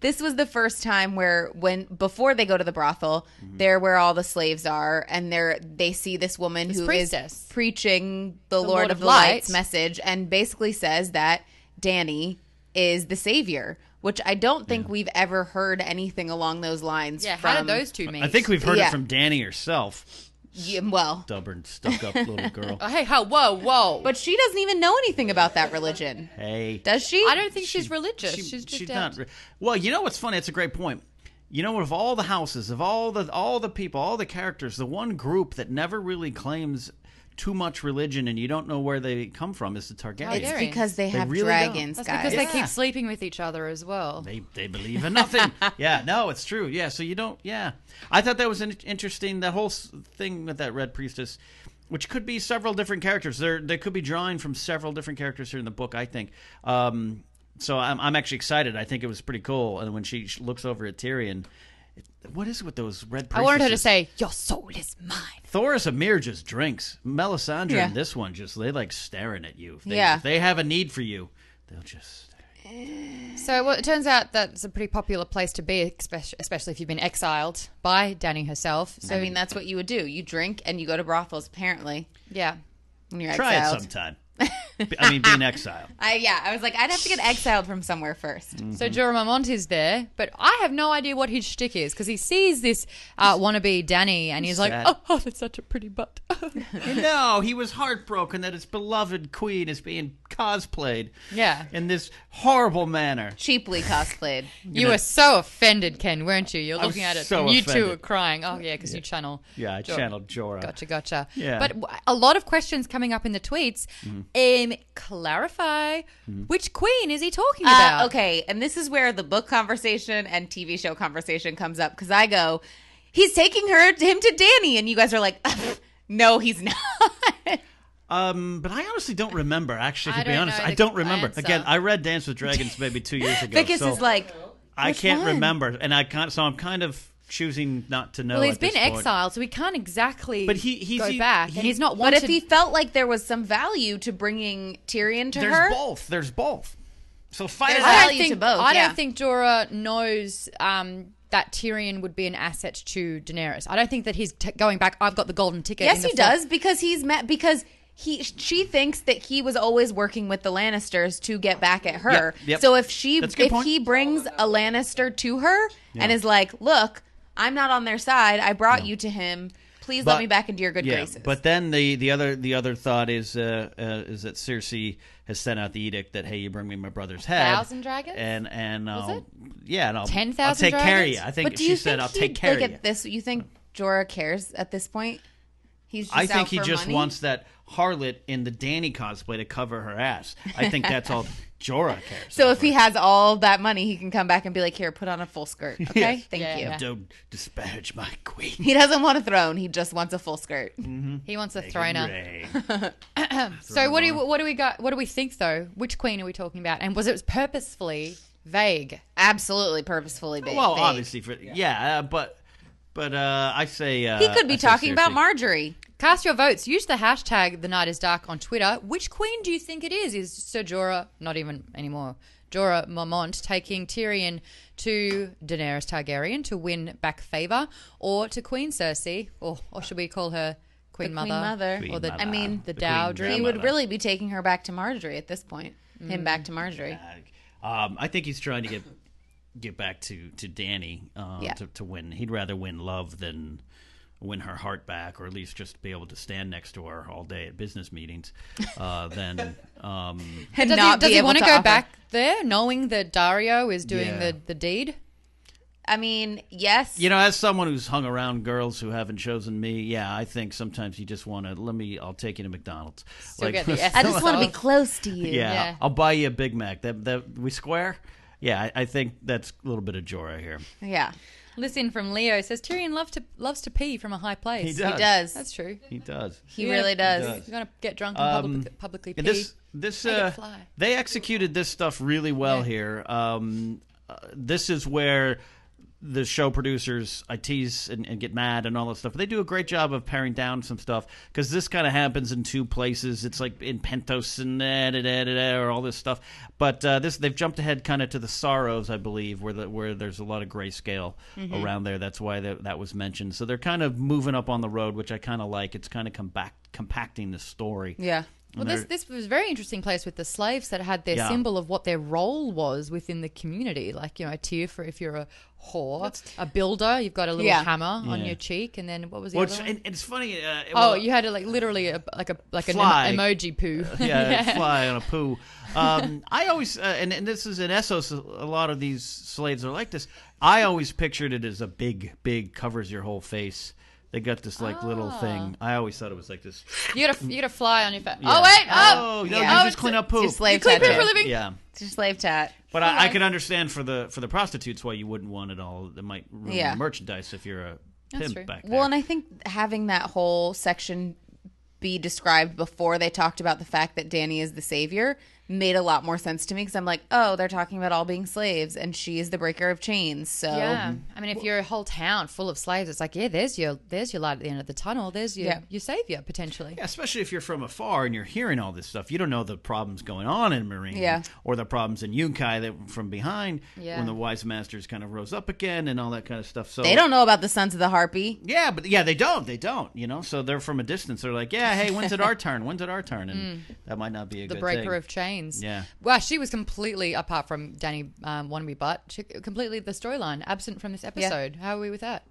Speaker 4: this was the first time where when before they go to the brothel,
Speaker 3: Mm-hmm.
Speaker 4: they're where all the slaves are, and they're they see this woman who is
Speaker 2: priestess.
Speaker 4: preaching the, Lord,
Speaker 2: Lord
Speaker 4: of,
Speaker 2: of
Speaker 4: the Lights
Speaker 2: Light.
Speaker 4: message, and basically says that Danny is the savior. Which I don't think we've ever heard anything along those lines.
Speaker 2: Yeah,
Speaker 4: from,
Speaker 2: how did those two meet?
Speaker 3: I think we've heard
Speaker 4: Yeah.
Speaker 3: it from Danny herself.
Speaker 4: Yeah, well,
Speaker 3: Stubborn, stuck up little girl.
Speaker 4: Uh,
Speaker 2: Oh, hey, ho, whoa, whoa.
Speaker 4: but she doesn't even know anything about that religion,
Speaker 3: Hey.
Speaker 4: does she?
Speaker 2: I don't think she's religious. she's just out.
Speaker 3: re- well, you know what's funny? It's a great point. You know, of all the houses, of all the all the people, all the characters, the one group that never really claims too much religion, and you don't know where they come from, is the Targaryens.
Speaker 4: It's
Speaker 2: dare
Speaker 4: because they
Speaker 3: They
Speaker 4: have
Speaker 3: really don't.
Speaker 4: dragons,
Speaker 2: That's
Speaker 4: guys.
Speaker 2: because they
Speaker 3: Yeah.
Speaker 2: keep sleeping with each other as well.
Speaker 3: They they believe in nothing. yeah, no, it's true. Yeah, so you don't. Yeah, I thought that was an interesting. That whole s- thing with that red priestess, which could be several different characters. There they could be drawing from several different characters here in the book. I think. Um, so I'm I'm actually excited. I think it was pretty cool. And when she sh- looks over at Tyrion. it- What is it with those red?
Speaker 2: I wanted her to
Speaker 3: priestesses?
Speaker 2: say, Your soul is mine.
Speaker 3: Thoris Amir just drinks. Melisandre
Speaker 4: Yeah.
Speaker 3: and this one just they like staring at you. If they,
Speaker 4: Yeah.
Speaker 3: if they have a need for you, they'll just.
Speaker 2: So well, it turns out that's a pretty popular place to be, espe- especially if you've been exiled by Danny herself. So,
Speaker 4: I mean, that's what you would do. You drink and you go to brothels, apparently,
Speaker 2: yeah.
Speaker 4: when you're
Speaker 3: Try
Speaker 4: exiled.
Speaker 3: it sometime. B- I mean, be in exile.
Speaker 4: I, yeah, I was like, I'd have to get exiled from somewhere first.
Speaker 3: Mm-hmm. Mm.
Speaker 2: So Joramamont is there, but I have no idea what his shtick is because he sees this uh, wannabe Danny and he's like,
Speaker 3: Sad.
Speaker 2: oh, oh, that's such a pretty butt.
Speaker 3: No, he was heartbroken that his beloved queen is being cosplayed.
Speaker 2: Yeah.
Speaker 3: In this horrible manner.
Speaker 4: Cheaply cosplayed.
Speaker 2: you were so offended, Ken, weren't you? You're
Speaker 3: I was
Speaker 2: looking at it
Speaker 3: so
Speaker 2: and you two
Speaker 3: offended.
Speaker 2: were crying. Oh, yeah, because you channel.
Speaker 3: Yeah, I
Speaker 2: Jor-
Speaker 3: channeled Jorah.
Speaker 2: Gotcha, gotcha.
Speaker 3: Yeah.
Speaker 2: But w- a lot of questions coming up in the tweets.
Speaker 3: Mm-hmm.
Speaker 2: Um, clarify which queen is he talking
Speaker 4: Uh,
Speaker 2: about?
Speaker 4: okay, and this is where the book conversation and TV show conversation comes up because I go, he's taking her him to Danny, and you guys are like, no, he's not.
Speaker 3: Um, but I honestly don't remember, actually, to
Speaker 2: I
Speaker 3: be
Speaker 2: don't
Speaker 3: honest.
Speaker 2: know
Speaker 3: I
Speaker 2: the
Speaker 3: don't remember.
Speaker 2: answer.
Speaker 3: Again, I read Dance with Dragons maybe two years ago.
Speaker 4: Vicus
Speaker 3: so
Speaker 4: is like,
Speaker 3: I can't
Speaker 4: one?
Speaker 3: remember. And I kind so I'm kind of choosing not to know.
Speaker 2: Well, he's
Speaker 3: at this
Speaker 2: been
Speaker 3: point.
Speaker 2: exiled, so he can't exactly
Speaker 3: But he- he's-
Speaker 2: go
Speaker 3: he-
Speaker 2: back,
Speaker 3: he-
Speaker 2: and he's not
Speaker 4: but
Speaker 2: wanted.
Speaker 4: if he felt like there was some value to bringing Tyrion to
Speaker 3: There's
Speaker 4: her,
Speaker 3: both. There's both. So fight
Speaker 4: There's
Speaker 3: it out.
Speaker 2: I don't
Speaker 4: value to
Speaker 2: think
Speaker 4: both,
Speaker 2: I
Speaker 4: yeah.
Speaker 2: don't think Jorah knows um, that Tyrion would be an asset to Daenerys. I don't think that he's t- going back. I've got the golden ticket. in
Speaker 4: yes,
Speaker 2: the
Speaker 4: he
Speaker 2: fall."
Speaker 4: does because he's met because. He, she thinks that he was always working with the Lannisters to get back at her.
Speaker 3: Yep, yep.
Speaker 4: So if she
Speaker 3: That's a good
Speaker 4: if
Speaker 3: point.
Speaker 4: he brings a Lannister to her and is like, "Look, I'm not on their side. I brought you to him. Please let
Speaker 3: But-
Speaker 4: me back into your good
Speaker 3: yeah,
Speaker 4: graces."
Speaker 3: But then the, the other the other thought is uh, uh, is that Cersei has sent out the edict that hey, you bring me my brother's head,
Speaker 2: thousand dragons?
Speaker 3: and and I'll,
Speaker 2: it?
Speaker 3: yeah, and I'll,
Speaker 2: 10,000
Speaker 3: I'll take care of
Speaker 2: dragons?
Speaker 3: you. I think
Speaker 4: But do
Speaker 3: she
Speaker 4: you
Speaker 3: said
Speaker 4: think
Speaker 3: I'll
Speaker 4: he-
Speaker 3: take care
Speaker 4: like,
Speaker 3: of you.
Speaker 4: at this? You think Jorah cares at this point? He's. Just
Speaker 3: I think
Speaker 4: out
Speaker 3: he
Speaker 4: for
Speaker 3: just
Speaker 4: money?
Speaker 3: wants that harlot in the Danny cosplay to cover her ass. I think that's all Jorah cares.
Speaker 4: So if he has all that money, he can come back and be like, "Here, put on a full skirt, okay?
Speaker 3: Yes.
Speaker 4: Thank you."
Speaker 2: yeah.
Speaker 3: Don't disparage my queen.
Speaker 4: He doesn't want a throne. He just wants a full skirt.
Speaker 2: He wants a throner.
Speaker 3: Hooray.
Speaker 2: So what do we, what do we got? What do we think though? Which queen are we talking about? And was it purposefully vague?
Speaker 4: Absolutely, purposefully. Ba-
Speaker 3: well,
Speaker 4: vague.
Speaker 3: obviously for yeah, uh, but but uh, I say uh,
Speaker 4: he could
Speaker 3: I
Speaker 4: be
Speaker 3: say
Speaker 4: talking about
Speaker 3: Cersei.
Speaker 4: Marjorie.
Speaker 2: Cast your votes. Use the hashtag The Night Is Dark on Twitter. Which queen do you think it is? Is Sir Jorah not even anymore? Jorah Mormont taking Tyrion to Daenerys Targaryen to win back favor, or to Queen Cersei, or or should we call her Queen
Speaker 4: The
Speaker 2: Mother,
Speaker 4: Queen Mother.
Speaker 2: or the
Speaker 3: Queen
Speaker 4: I mean,
Speaker 2: the
Speaker 3: Queen
Speaker 2: Dowdry.
Speaker 4: He
Speaker 3: Grandmother.
Speaker 4: would really be taking her back to Marjorie at this point. Him back to Marjorie.
Speaker 3: Um, I think he's trying to get get back to to Danny uh,
Speaker 4: Yeah.
Speaker 3: to, to win. He'd rather win love than win her heart back, or at least just be able to stand next to her all day at business meetings. Uh, then um,
Speaker 2: Does
Speaker 4: And
Speaker 2: he,
Speaker 4: not
Speaker 2: does
Speaker 4: be
Speaker 2: he
Speaker 4: able
Speaker 2: want to
Speaker 4: to
Speaker 2: go
Speaker 4: offer-
Speaker 2: back there, knowing that Dario is doing
Speaker 3: Yeah.
Speaker 2: the, the deed?
Speaker 4: I mean, yes.
Speaker 3: you know, as someone who's hung around girls who haven't chosen me, yeah, I think sometimes you just want to let me. I'll take you to McDonald's.
Speaker 2: Still get the
Speaker 4: I just want to be
Speaker 2: essence of-
Speaker 4: close to you.
Speaker 3: Yeah,
Speaker 2: Yeah.
Speaker 3: I'll buy you a Big Mac. That that we square. Yeah, I, I think that's a little bit of Jorah here.
Speaker 4: Yeah.
Speaker 2: Listen from Leo says Tyrion loves to loves to pee from a high place.
Speaker 3: He does.
Speaker 4: He does.
Speaker 2: That's true.
Speaker 3: He does.
Speaker 4: He really does.
Speaker 3: does.
Speaker 2: You're gonna get drunk and public, publicly pee.
Speaker 3: And this this
Speaker 2: Make it
Speaker 3: uh,
Speaker 2: fly.
Speaker 3: they executed this stuff really well here. Um, uh, this is where the show producers I tease and, and get mad and all that stuff. They do a great job of paring down some stuff because this kind of happens in two places. It's like in Pentos and da, da, da, da, da, or all this stuff. But uh, this they've jumped ahead kind of to the sorrows, I believe, where the, where there's a lot of grayscale around there. That's why that, that was mentioned. So they're kind of moving up on the road, which I kind of like. It's kind of come back compacting the story
Speaker 4: Yeah.
Speaker 2: Well,
Speaker 3: And
Speaker 2: this
Speaker 3: they're-
Speaker 2: this was a very interesting place with the slaves that had their
Speaker 3: Yeah.
Speaker 2: symbol of what their role was within the community. Like you know, a tear for if you're a whore, a builder, you've got a little
Speaker 4: Yeah.
Speaker 2: hammer on
Speaker 3: Yeah.
Speaker 2: your cheek, and then what was the
Speaker 3: Well, it's,
Speaker 2: other one?
Speaker 3: and it's funny. Uh,
Speaker 2: oh,
Speaker 3: well-
Speaker 2: you had a, like literally a, like a like an
Speaker 3: Fly.
Speaker 2: emo- emoji poo.
Speaker 3: yeah, fly on a poo. Um, I always, uh, and, and this is in Essos, a lot of these slaves are like this. I always pictured it as a big, big covers your whole face. They got this like little thing. I always thought it was like this.
Speaker 2: you got a you got a fly on your face.
Speaker 3: Yeah.
Speaker 2: Oh wait, oh,
Speaker 3: oh, no,
Speaker 4: yeah.
Speaker 3: you
Speaker 4: Oh,
Speaker 3: just clean up poop.
Speaker 4: It's your slave
Speaker 2: clean
Speaker 4: tattoo.
Speaker 2: for a living.
Speaker 3: Yeah,
Speaker 4: It's your slave tat.
Speaker 3: but I, I could understand for the for the prostitutes why you wouldn't want it all. It might ruin
Speaker 4: Yeah.
Speaker 3: your merchandise if you're a pimp
Speaker 2: true.
Speaker 3: back there.
Speaker 4: Well, and I think having that whole section be described before they talked about the fact that Danny is the savior made a lot more sense to me because I'm like, oh, they're talking about all being slaves and she is the breaker of chains. So
Speaker 3: Oh,
Speaker 2: Yeah, I mean, if your whole town full of slaves, it's like, yeah, there's your there's your light at the end of the tunnel. There's your
Speaker 4: Yeah.
Speaker 2: your savior potentially.
Speaker 3: Yeah, especially if you're from afar and you're hearing all this stuff, you don't know the problems going on in Marine,
Speaker 4: Yeah.
Speaker 3: or the problems in Yunkai that from behind
Speaker 2: Yeah.
Speaker 3: when the wise masters kind of rose up again and all that kind of stuff. So
Speaker 4: they don't know about the sons of the harpy.
Speaker 3: Yeah, but yeah, they don't. They don't. You know, so they're from a distance. They're like, yeah, hey, when's it our turn? When's it our turn? And that might not be a
Speaker 2: the
Speaker 3: good
Speaker 2: breaker
Speaker 3: thing.
Speaker 2: of chains.
Speaker 3: Yeah.
Speaker 2: Wow, she was completely apart from Danny um, Wannabe Butt. She, completely the storyline absent from this episode. How are we with that?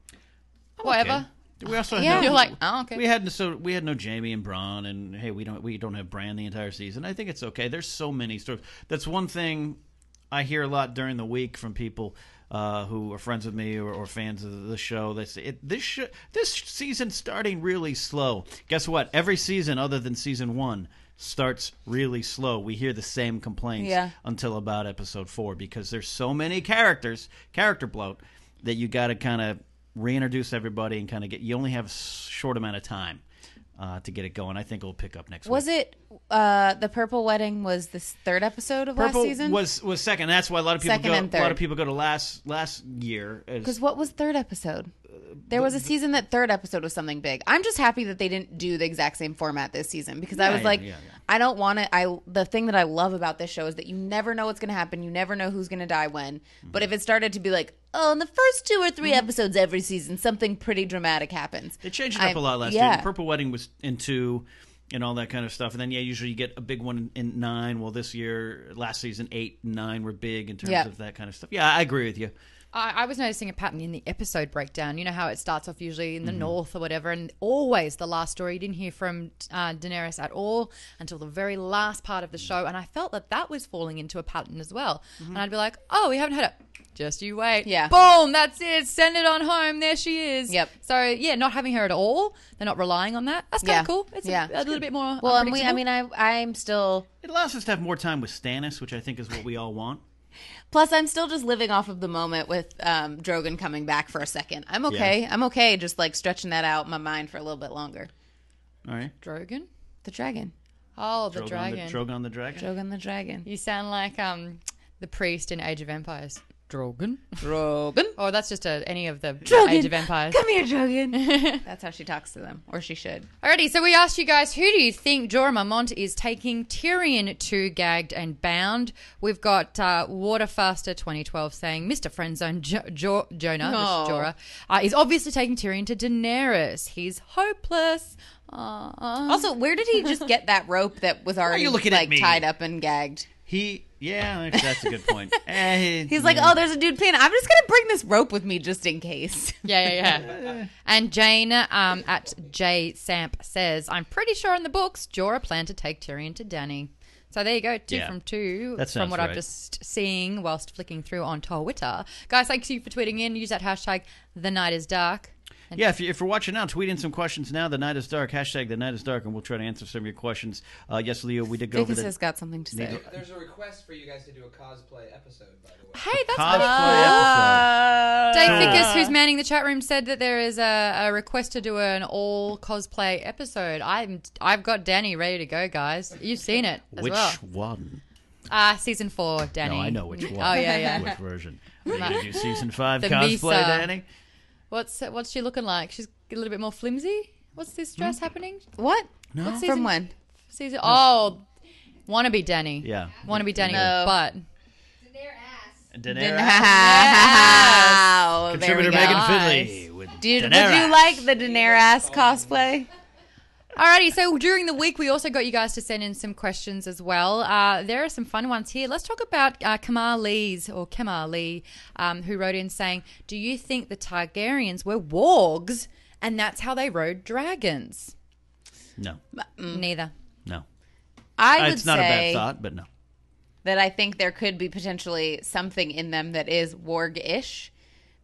Speaker 2: Whatever.
Speaker 3: Okay. We also
Speaker 4: Yeah.
Speaker 3: had no-
Speaker 2: You're like, oh, okay.
Speaker 3: we had no- so we had no Jamie and Braun, and hey, we don't we don't have Bran the entire season. I think it's okay. There's so many stories. That's one thing I hear a lot during the week from people uh, who are friends with me or, or fans of the show. They say it, this sh- this season starting really slow. Guess what? Every season other than season one starts really slow. We hear the same complaints
Speaker 4: Yeah.
Speaker 3: until about episode four because there's so many characters, character bloat, that you got to kind of reintroduce everybody and kind of get. You only have a s- short amount of time uh, to get it going. I think it'll pick up next
Speaker 4: Was
Speaker 3: week.
Speaker 4: it uh, the purple wedding was this third episode of
Speaker 3: Purple
Speaker 4: last season?
Speaker 3: was was second. That's why a lot of people
Speaker 4: Second
Speaker 3: go.
Speaker 4: and
Speaker 3: A lot
Speaker 4: third.
Speaker 3: of people go to last last year. as-
Speaker 4: Because what was third episode?
Speaker 3: Uh,
Speaker 4: There was a season that third episode was something big. I'm just happy that they didn't do the exact same format this season because I
Speaker 3: Yeah,
Speaker 4: was
Speaker 3: yeah,
Speaker 4: like,
Speaker 3: yeah, yeah.
Speaker 4: I don't want to. I the thing that I love about this show is that you never know what's going to happen. You never know who's going to die when.
Speaker 3: Mhm.
Speaker 4: But if it started to be like, oh, in the first two or 3 episodes every season, something pretty dramatic happens.
Speaker 3: They changed it up
Speaker 4: I-
Speaker 3: a lot last
Speaker 4: yeah.
Speaker 3: year. The Purple Wedding was in two and all that kind of stuff. And then, yeah, usually you get a big one in, in nine. Well, this year, last season, eight and nine were big in terms
Speaker 4: Yeah.
Speaker 3: of that kind of stuff. Yeah, I agree with you.
Speaker 2: I, I was noticing a pattern in the episode breakdown. You know how it starts off usually
Speaker 4: Mm-hmm.
Speaker 2: in the north or whatever, and always the last story. You didn't hear from uh, Daenerys at all until the very last part
Speaker 4: Mm.
Speaker 2: of the show, and I felt that that was falling into a pattern as well. And I'd be like, "Oh, we haven't had it. Just you wait.
Speaker 4: Mm-hmm. Yeah.
Speaker 2: boom, that's it. Send it on home. There she is.
Speaker 4: Yep.
Speaker 2: So yeah, not having her at all. They're not relying on that. That's kind of
Speaker 4: Yeah.
Speaker 2: cool. It's
Speaker 4: Yeah.
Speaker 2: a, a little bit more.
Speaker 4: Well, and we, I
Speaker 2: unpredictable.
Speaker 4: mean, I, I'm still.
Speaker 3: It allows us to have more time with Stannis, which I think is what we all want.
Speaker 4: Plus, I'm still just living off of the moment with um, Drogon coming back for a second. I'm okay. I'm okay. Just like stretching that out in my mind for a little bit longer.
Speaker 3: All right.
Speaker 2: Drogon.
Speaker 4: The dragon.
Speaker 2: Oh, the
Speaker 3: Drogon
Speaker 2: dragon.
Speaker 3: The, Drogon the dragon.
Speaker 4: Drogon the dragon.
Speaker 2: You sound like um the priest in Age of Empires. Drogon.
Speaker 4: Drogon.
Speaker 2: Or Oh, that's just a, any of the
Speaker 4: Drogon,
Speaker 2: Age of Empires.
Speaker 4: Come here, Drogon. That's how she talks to them, or she should.
Speaker 3: Um,
Speaker 2: Alrighty, so we asked you guys, who do you think Jorah Mormont is taking Tyrion to gagged and bound? We've got uh, Waterfaster 2012 saying, Mr. Friendzone jo- jo- Jonah,
Speaker 4: No.
Speaker 2: this is Jorah, uh, is obviously taking Tyrion to Daenerys. He's hopeless. Aww.
Speaker 4: Also, where did he just get that rope that was already
Speaker 3: you looking at
Speaker 4: like
Speaker 3: me?
Speaker 4: tied up and gagged?
Speaker 3: He, yeah, that's a good point. Eh,
Speaker 4: He's like, oh, there's a dude pin. I'm just gonna bring this rope with me just in case.
Speaker 2: Yeah, yeah, yeah. and Jane um, at J Samp says, I'm pretty sure in the books Jorah planned to take Tyrion to Danny. So there you go, two
Speaker 3: Yeah.
Speaker 2: from two
Speaker 3: That
Speaker 2: from
Speaker 3: sounds
Speaker 2: what I'm
Speaker 3: right.
Speaker 2: just seeing whilst flicking through on Twitter. Guys, thanks you for tweeting in. Use that hashtag, the night is dark.
Speaker 3: Yeah, if, you, if you're watching now, tweet in some questions now. The night is dark. Hashtag the night is dark, and we'll try to answer some of your questions. Uh, yes, Leo, we did go over
Speaker 4: Vegas
Speaker 3: the
Speaker 4: has got something to say.
Speaker 6: There's a request for you guys to do a cosplay episode, by the way.
Speaker 2: Hey, that's pretty
Speaker 3: cosplay
Speaker 2: cool.
Speaker 3: episode.
Speaker 2: Dave Fickus, who's manning the chat room, said that there is a, a request to do an all cosplay episode. I'm, I've got Danny ready to go, guys. You've seen it as
Speaker 3: Which
Speaker 2: well.
Speaker 3: one?
Speaker 2: Uh, season four, Danny.
Speaker 3: No, I know which one.
Speaker 2: Oh, yeah, yeah.
Speaker 3: Which version? Are you gonna do season five
Speaker 2: The
Speaker 3: cosplay,
Speaker 2: Misa.
Speaker 3: Danny?
Speaker 2: What's what's she looking like? She's a little bit more flimsy. What's this dress happening?
Speaker 4: What?
Speaker 3: No.
Speaker 4: From
Speaker 2: season?
Speaker 4: when?
Speaker 2: Season oh, wannabe Danny.
Speaker 3: Yeah.
Speaker 2: wannabe Danny.
Speaker 4: No.
Speaker 2: But
Speaker 3: Daenerys.
Speaker 4: Wow. there we
Speaker 3: Contributor
Speaker 4: go.
Speaker 3: Megan
Speaker 2: Nice.
Speaker 3: Fidley with
Speaker 4: Dude, would
Speaker 3: Daenerys.
Speaker 4: you like the Daenerys cosplay?
Speaker 2: Alrighty, so during the week, we also got you guys to send in some questions as well. Uh, there are some fun ones here. Let's talk about uh, Kamar Lee's, or Kamar Lee, um, who wrote in saying, Do you think the Targaryens were wargs and that's how they rode dragons?
Speaker 3: No,
Speaker 2: Neither.
Speaker 3: no.
Speaker 4: I would
Speaker 3: Uh, It's not a bad
Speaker 4: say
Speaker 3: thought, but no.
Speaker 4: that I think there could be potentially something in them that is warg-ish,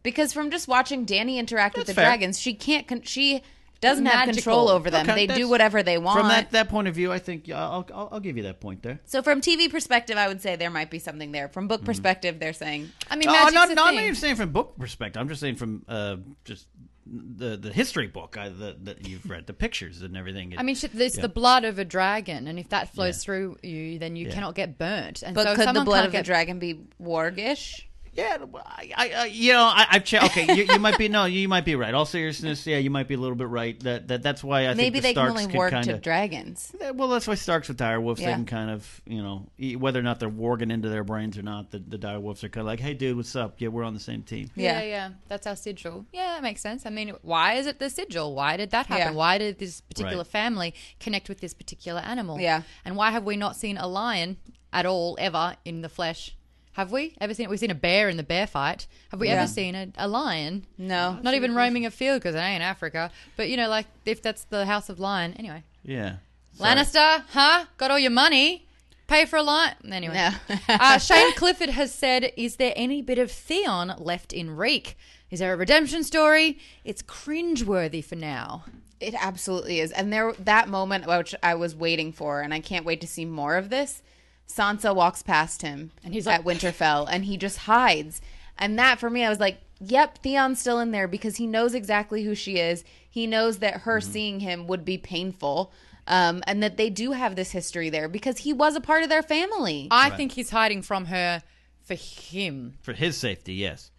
Speaker 4: because from just watching Danny interact with
Speaker 3: That's
Speaker 4: the
Speaker 3: fair.
Speaker 4: dragons, she can't. Con- she doesn't have control
Speaker 2: Magical.
Speaker 4: over them.
Speaker 3: Okay,
Speaker 4: they do
Speaker 3: that's-
Speaker 4: whatever they want.
Speaker 3: From that, that point of view, I think yeah, I'll, I'll, I'll give you that point there.
Speaker 4: so from TV perspective, I would say there might be something there. From
Speaker 3: Mm-hmm.
Speaker 4: book perspective, they're saying
Speaker 2: I mean,
Speaker 3: Oh,
Speaker 2: magic's
Speaker 3: not,
Speaker 2: a
Speaker 3: not
Speaker 2: thing.
Speaker 3: even saying from book perspective. I'm just saying from uh, just the the history book I, the, that you've read, the pictures and everything.
Speaker 2: I mean, shit, it's the blood of a dragon, and if that flows through you, then you cannot get burnt. And
Speaker 4: But
Speaker 2: so if
Speaker 4: could the
Speaker 2: someone
Speaker 4: blood
Speaker 2: can't
Speaker 4: of
Speaker 2: get
Speaker 4: the dragon be wargish?
Speaker 3: yeah, I, I, I you know, I, I've checked. Okay, you, you might be no, you might be right. All seriousness, yeah, you might be a little bit right. That, that that's why I
Speaker 4: Maybe
Speaker 3: think
Speaker 4: they
Speaker 3: the
Speaker 4: can
Speaker 3: Starks
Speaker 4: only work
Speaker 3: kind
Speaker 4: to
Speaker 3: of.
Speaker 4: dragons.
Speaker 3: Yeah, Well, that's why Starks with direwolves, they
Speaker 4: Yeah.
Speaker 3: can kind of, you know, e- whether or not they're warging into their brains or not, the, the direwolves are kind of like, hey, dude, what's up? Yeah, we're on the same team.
Speaker 2: Yeah.
Speaker 4: Yeah.
Speaker 2: yeah, That's our sigil. Yeah, that makes sense. I mean, why is it the sigil? Why did that happen?
Speaker 4: Yeah.
Speaker 2: Why did this particular
Speaker 3: Right.
Speaker 2: family connect with this particular animal?
Speaker 4: Yeah.
Speaker 2: And why have we not seen a lion at all ever in the flesh? Have we ever seen it? We've seen a bear in the bear fight. Have we
Speaker 4: Yeah.
Speaker 2: ever seen a, a lion?
Speaker 4: No.
Speaker 2: Not even roaming a field because it ain't Africa. But, you know, like if that's the house of lion. Anyway.
Speaker 3: Yeah.
Speaker 2: Lannister, huh? Got all your money? Pay for a line? Anyway.
Speaker 4: No.
Speaker 2: uh, Shane Clifford has said, Is there any bit of Theon left in Reek? Is there a redemption story? It's cringeworthy for now.
Speaker 4: It absolutely is. And there that moment which I was waiting for and I can't wait to see more of this. Sansa walks past him and
Speaker 2: he's
Speaker 4: at
Speaker 2: like-
Speaker 4: Winterfell and he just hides. And that for me I was like, "Yep, Theon's still in there because he knows exactly who she is. He knows that her seeing him would be painful." Um, and that they do have this history there because he was a part of their family.
Speaker 2: I think he's hiding from her for him.
Speaker 3: For his safety, yes.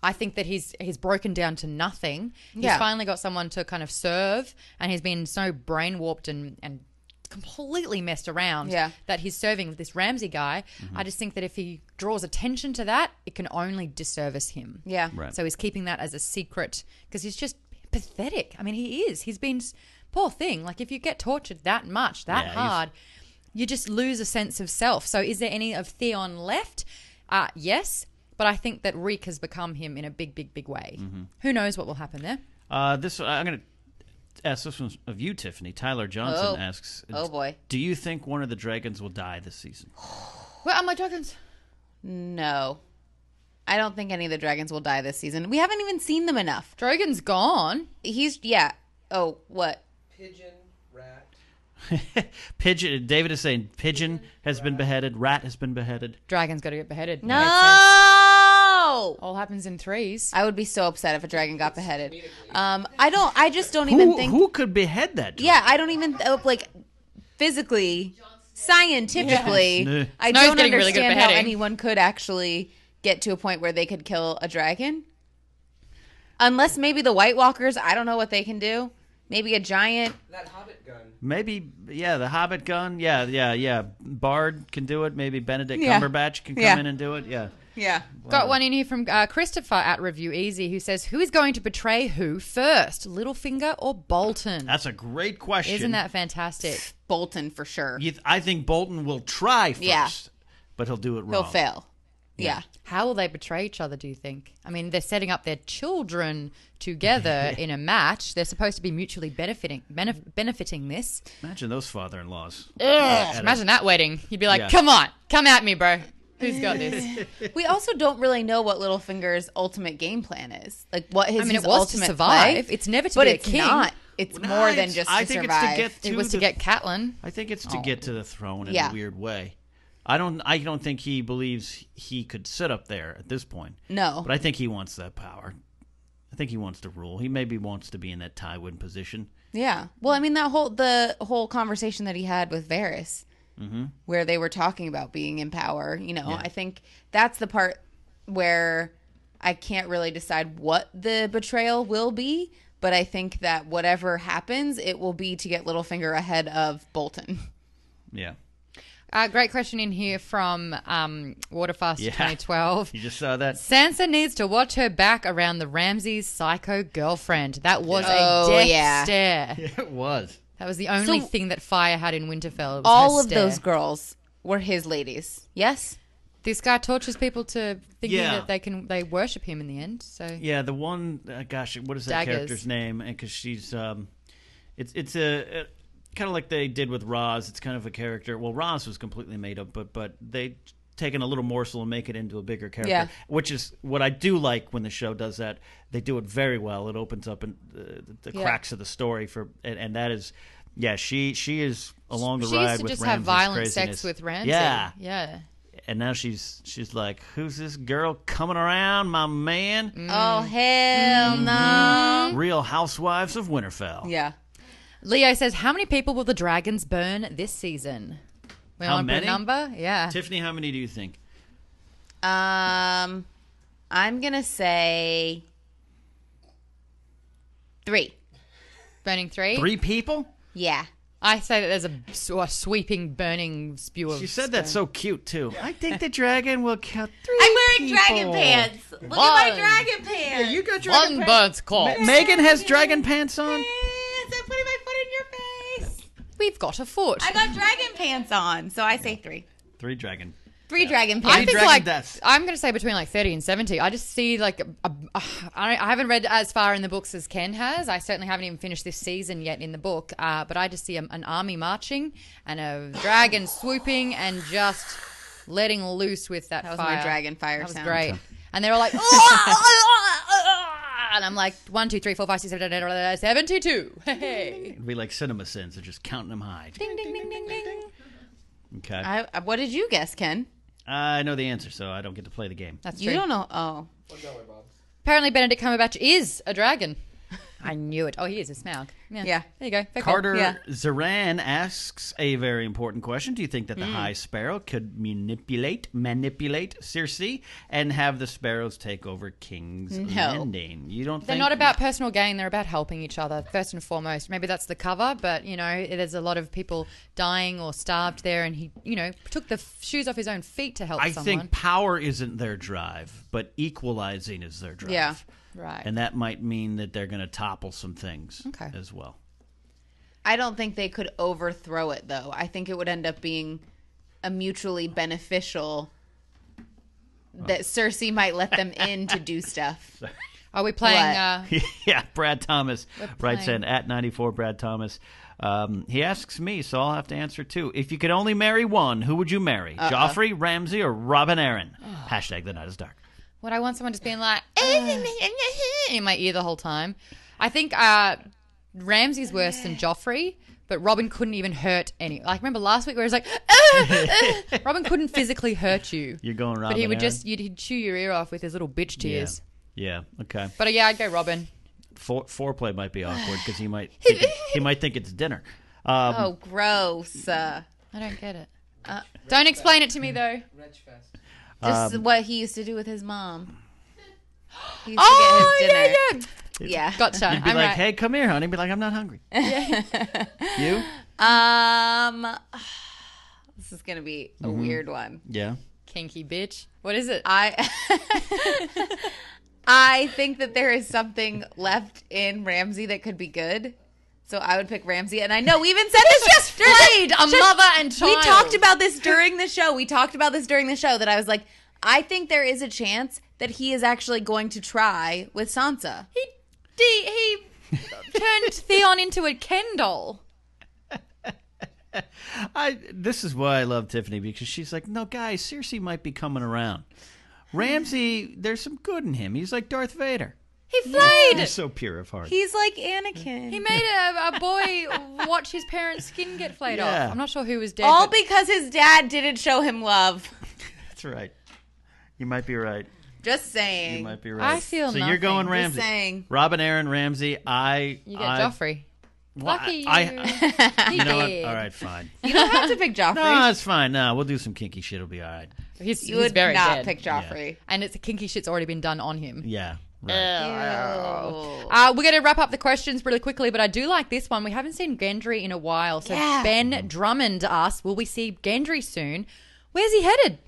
Speaker 2: I think that he's he's broken down to nothing. He's
Speaker 4: Yeah.
Speaker 2: finally got someone to kind of serve, and he's been so brain warped and and completely messed around
Speaker 4: Yeah.
Speaker 2: that he's serving with this Ramsey guy. I just think that if he draws attention to that, it can only disservice him.
Speaker 4: yeah.
Speaker 3: Right.
Speaker 2: So he's keeping that as a secret because he's just pathetic. I mean, he is. He's been s- poor thing. Like if you get tortured that much, that
Speaker 3: Yeah, he's-
Speaker 2: hard, you just lose a sense of self. So is there any of Theon left? Uh yes, but I think that Reek has become him in a big, big, big way.
Speaker 3: Mm-hmm.
Speaker 2: Who knows what will happen there?
Speaker 3: Uh, this I'm going to ask this one of you, Tiffany. Tyler Johnson
Speaker 4: Oh.
Speaker 3: asks,
Speaker 4: Oh, boy.
Speaker 3: do you think one of the dragons will die this season?"
Speaker 2: Where are my dragons?
Speaker 4: No. I don't think any of the dragons will die this season. We haven't even seen them enough.
Speaker 2: Drogon's gone.
Speaker 4: He's yeah. Oh, what?
Speaker 6: Pigeon, rat.
Speaker 3: Pigeon. David is saying pigeon has been beheaded, rat has been beheaded.
Speaker 2: Dragon's got to get beheaded.
Speaker 4: No.
Speaker 2: Makes sense.
Speaker 4: I
Speaker 2: All happens in threes.
Speaker 4: would be so upset if a dragon got beheaded. Um I don't I just don't even
Speaker 3: Who,
Speaker 4: think
Speaker 3: who could behead that? Dragon?
Speaker 4: Yeah, I don't even oh, like physically scientifically.
Speaker 3: Yeah.
Speaker 4: I
Speaker 2: Snow's
Speaker 4: don't
Speaker 2: getting
Speaker 4: understand
Speaker 2: really good at
Speaker 4: how
Speaker 2: beheading.
Speaker 4: anyone could actually get to a point where they could kill a dragon. Unless maybe the White Walkers, I don't know what they can do. Maybe a giant.
Speaker 6: That hobbit gun.
Speaker 3: Maybe, yeah, the Hobbit gun. Yeah, yeah, yeah. Bard can do it. Maybe Benedict
Speaker 4: Yeah.
Speaker 3: Cumberbatch can come
Speaker 4: Yeah.
Speaker 3: in and do it. Yeah.
Speaker 4: Yeah.
Speaker 2: Got one in here from uh, Christopher at Review Easy who says, Who is going to betray who first, Littlefinger or Bolton?
Speaker 3: That's a great question.
Speaker 2: Isn't that fantastic?
Speaker 4: Bolton for sure.
Speaker 3: You th- I think Bolton will try first,
Speaker 4: Yeah.
Speaker 3: but he'll do it wrong.
Speaker 4: He'll fail. Yeah.
Speaker 2: How will they betray each other, do you think? I mean, they're setting up their children together in a match. They're supposed to be mutually benefiting benef- benefiting this.
Speaker 3: Imagine those father-in-laws.
Speaker 2: Ugh, Imagine that wedding. You'd be like,
Speaker 3: Yeah.
Speaker 2: Come on, come at me, bro. Who's got this?
Speaker 4: We also don't really know what Littlefinger's ultimate game plan is. Like what his,
Speaker 2: I mean, it
Speaker 4: his
Speaker 2: was to
Speaker 4: ultimate
Speaker 2: survive.
Speaker 4: play-
Speaker 2: It's never to
Speaker 4: but
Speaker 2: be a
Speaker 4: it's
Speaker 2: king.
Speaker 4: Not. It's
Speaker 3: Well, no,
Speaker 4: more than
Speaker 3: it's-
Speaker 4: just
Speaker 3: I
Speaker 4: to
Speaker 3: think it's to
Speaker 4: survive.
Speaker 3: get
Speaker 2: It was
Speaker 3: To
Speaker 2: to
Speaker 3: the-
Speaker 2: get Catelyn.
Speaker 3: I think it's to get to the throne in
Speaker 4: Oh, Yeah.
Speaker 3: a weird way. I don't. I don't think he believes he could sit up there at this point.
Speaker 4: No.
Speaker 3: but I think he wants that power. I think he wants to rule. He maybe wants to be in that Tywin position.
Speaker 4: yeah. Well, I mean that whole the whole conversation that he had with Varys,
Speaker 3: Mm-hmm.
Speaker 4: where they were talking about being in power. You know, I think that's the part where I can't really decide what the betrayal will be. But I think that whatever happens, it will be to get Littlefinger ahead of Bolton.
Speaker 3: Yeah,
Speaker 2: Uh, great question in here from um, Waterfast
Speaker 3: Yeah.
Speaker 2: 2012.
Speaker 3: you just saw that.
Speaker 2: Sansa needs to watch her back around the Ramses psycho girlfriend. That was
Speaker 4: Oh,
Speaker 2: a death
Speaker 4: yeah.
Speaker 2: stare.
Speaker 3: It was.
Speaker 2: That was the only
Speaker 4: So-
Speaker 2: thing that Fire had in Winterfell. was her
Speaker 4: All of
Speaker 2: stare.
Speaker 4: those girls were his ladies. Yes?
Speaker 2: This guy tortures people to thinking
Speaker 3: Yeah.
Speaker 2: that they can they worship him in the end. So
Speaker 3: Yeah, the one. Uh, gosh, what is that
Speaker 2: Daggers.
Speaker 3: character's name? And because she's, um, it's it's a, a kind of like they did with Roz. It's kind of a character. Well, Roz was completely made up, but but they taken a little morsel and make it into a bigger character,
Speaker 4: Yeah.
Speaker 3: which is what I do like when the show does that. They do it very well. It opens up and uh, the
Speaker 4: Yeah.
Speaker 3: cracks of the story for, and, and that is. Yeah, she she is along the
Speaker 2: she
Speaker 3: ride
Speaker 2: used to
Speaker 3: with
Speaker 2: just have
Speaker 3: Ramsay's
Speaker 2: violent
Speaker 3: craziness.
Speaker 2: sex with Ramsay.
Speaker 3: Yeah,
Speaker 2: yeah.
Speaker 3: and now she's she's like, who's this girl coming around, my man?
Speaker 4: Oh, hell no.
Speaker 3: Real Housewives of Winterfell.
Speaker 4: Mm, Yeah.
Speaker 2: Leo says, "How many people will the dragons burn this season?" We
Speaker 3: How
Speaker 2: want to put a
Speaker 3: many?
Speaker 2: number. Yeah,
Speaker 3: Tiffany, how many do you think?
Speaker 4: Um, I'm going to say three.
Speaker 2: burning three.
Speaker 3: Three people?
Speaker 4: Yeah.
Speaker 2: I say that there's a, s- a sweeping, burning spew of.
Speaker 3: She said that so cute too. I think the dragon will count three.
Speaker 4: I'm wearing
Speaker 3: people.
Speaker 4: dragon pants. Look at
Speaker 2: One.
Speaker 4: my dragon pants.
Speaker 3: You got dragon
Speaker 2: one
Speaker 3: pants.
Speaker 2: burnt corpse.
Speaker 3: Megan has dragon pants on.
Speaker 4: Yes, I'm putting my foot in your face.
Speaker 2: We've got a foot.
Speaker 4: I got dragon pants on, so I say three.
Speaker 3: Three dragon.
Speaker 4: Three dragon
Speaker 2: I
Speaker 4: pants.
Speaker 2: think
Speaker 3: dragon
Speaker 2: like
Speaker 3: deaths.
Speaker 2: I'm going to say between like 30 and 70. I just see like a, a, a, I I haven't read as far in the books as Ken has. I certainly haven't even finished this season yet in the book. Uh, but I just see a, an army marching and a dragon swooping and just letting loose with that. That
Speaker 4: was my dragon fire
Speaker 2: That was
Speaker 4: sound.
Speaker 2: great. And they're all like, "Ah, ah, ah, ah," and I'm like one, two, three, four, five, six, seven, eight, nine, ten, eleven, seventy-two. Hey,
Speaker 3: It'd be like cinema sins. They're just counting them high.
Speaker 2: ding, ding, ding, ding, ding.
Speaker 3: Okay. I,
Speaker 4: I, I- what did you guess, Ken?
Speaker 3: know the answer, so I don't get to play the game.
Speaker 2: That's
Speaker 4: You
Speaker 2: true.
Speaker 4: don't know. Oh,
Speaker 6: Well, don't worry, Bob.
Speaker 2: Apparently, Benedict Cumberbatch is a dragon. I knew it. Oh, he is a smaug.
Speaker 4: Yeah.
Speaker 2: There you go. Fair call.
Speaker 3: Carter
Speaker 4: Yeah.
Speaker 3: Zaran asks a very important question. Do you think that the
Speaker 2: Hmm.
Speaker 3: High Sparrow could manipulate manipulate Circe and have the sparrows take over King's Landing? You don't
Speaker 2: They're
Speaker 3: think
Speaker 2: not about personal gain. They're about helping each other first and foremost. Maybe that's the cover, but you know, there's a lot of people dying or starved there, and he, you know, took the f- shoes off his own feet to help
Speaker 3: I
Speaker 2: someone.
Speaker 3: think power isn't their drive, but equalizing is their drive.
Speaker 4: Yeah.
Speaker 2: Right.
Speaker 3: And that might mean that they're going to topple some things
Speaker 2: Okay.
Speaker 3: as well.
Speaker 4: I don't think they could overthrow it though. I think it would end up being a mutually beneficial. That Cersei might let them in to do stuff.
Speaker 2: Are we playing?
Speaker 4: What?
Speaker 2: Uh,
Speaker 3: yeah, Brad Thomas writes
Speaker 2: playing.
Speaker 3: in at 94 Brad Thomas. Um, he asks me, so I'll have to answer too. If you could only marry one, who would you marry?
Speaker 2: Uh-uh.
Speaker 3: Joffrey, Ramsey, or Robin Aaron?
Speaker 2: Oh.
Speaker 3: Hashtag the night is dark.
Speaker 2: would I want someone just being like "Eh, in my ear the whole time? I think uh, Ramsey's worse than Joffrey, but Robin couldn't even hurt any. Like remember last week where he was like, "Ah, Robin couldn't physically hurt you.
Speaker 3: You're going Robin
Speaker 2: But he would
Speaker 3: Aaron?
Speaker 2: just you'd, he'd chew your ear off with his little bitch tears.
Speaker 3: Yeah. yeah. Okay.
Speaker 2: But uh, yeah, I'd go Robin.
Speaker 3: Fore- foreplay might be awkward because he might think it- he might think it's dinner. Um,
Speaker 4: Oh, gross! Uh,
Speaker 2: I don't get it. Uh, don't explain it to me though.
Speaker 6: Wretch fest.
Speaker 4: just what he used to do with his mom. He used
Speaker 2: Oh
Speaker 4: to
Speaker 2: yeah,
Speaker 4: get
Speaker 2: yeah.
Speaker 4: his dinner. Yeah, yeah.
Speaker 2: Gotcha.
Speaker 3: You'd be
Speaker 2: I'm
Speaker 3: like,
Speaker 2: right.
Speaker 3: "Hey, come here, honey." Be like, "I'm not hungry." you?
Speaker 4: Um, this is gonna be a weird one.
Speaker 3: Yeah.
Speaker 2: kinky bitch. What is it?
Speaker 4: I I think that there is something left in Ramsey that could be good. So I would pick Ramsey, and I know we even said this just
Speaker 2: Played a mother and child.
Speaker 4: We talked about this during the show. We talked about this during the show that I was like, I think there is a chance that he is actually going to try with Sansa.
Speaker 2: he de- he turned Theon into a Ken doll.
Speaker 3: I. This is why I love Tiffany because she's like, "No, guys, Cersei might be coming around." Ramsey, there's some good in him. He's like Darth Vader.
Speaker 4: He played.
Speaker 3: He's so pure of heart.
Speaker 4: He's like Anakin.
Speaker 2: He made a, a boy watch his parents' skin get flayed
Speaker 3: Yeah.
Speaker 2: off. I'm not sure who was dead.
Speaker 4: All
Speaker 2: but-
Speaker 4: because his dad didn't show him love.
Speaker 3: That's right. You might be right.
Speaker 4: Just saying.
Speaker 3: You might be right.
Speaker 2: I feel
Speaker 3: so. You're
Speaker 2: nothing.
Speaker 3: going
Speaker 2: Just
Speaker 3: Ramsey,
Speaker 4: saying.
Speaker 3: Robin, Aaron, Ramsey. I.
Speaker 2: you get
Speaker 3: I,
Speaker 2: Joffrey.
Speaker 3: well,
Speaker 2: Lucky
Speaker 3: I,
Speaker 2: you.
Speaker 3: I- you know what?
Speaker 2: did.
Speaker 3: All right, fine.
Speaker 4: you don't have to pick Joffrey.
Speaker 3: No, it's fine. No, we'll do some kinky shit. It'll be all right.
Speaker 2: He's,
Speaker 4: you
Speaker 2: he's
Speaker 4: would
Speaker 2: very
Speaker 4: not
Speaker 2: dead.
Speaker 4: pick Joffrey.
Speaker 2: and it's kinky shit's already been done on him.
Speaker 3: Yeah. Right.
Speaker 2: Uh, we're going to wrap up the questions really quickly, but I do like this one. We haven't seen Gendry in a while. So
Speaker 4: Yeah.
Speaker 2: Ben Drummond asks, will we see Gendry soon? Where's he headed?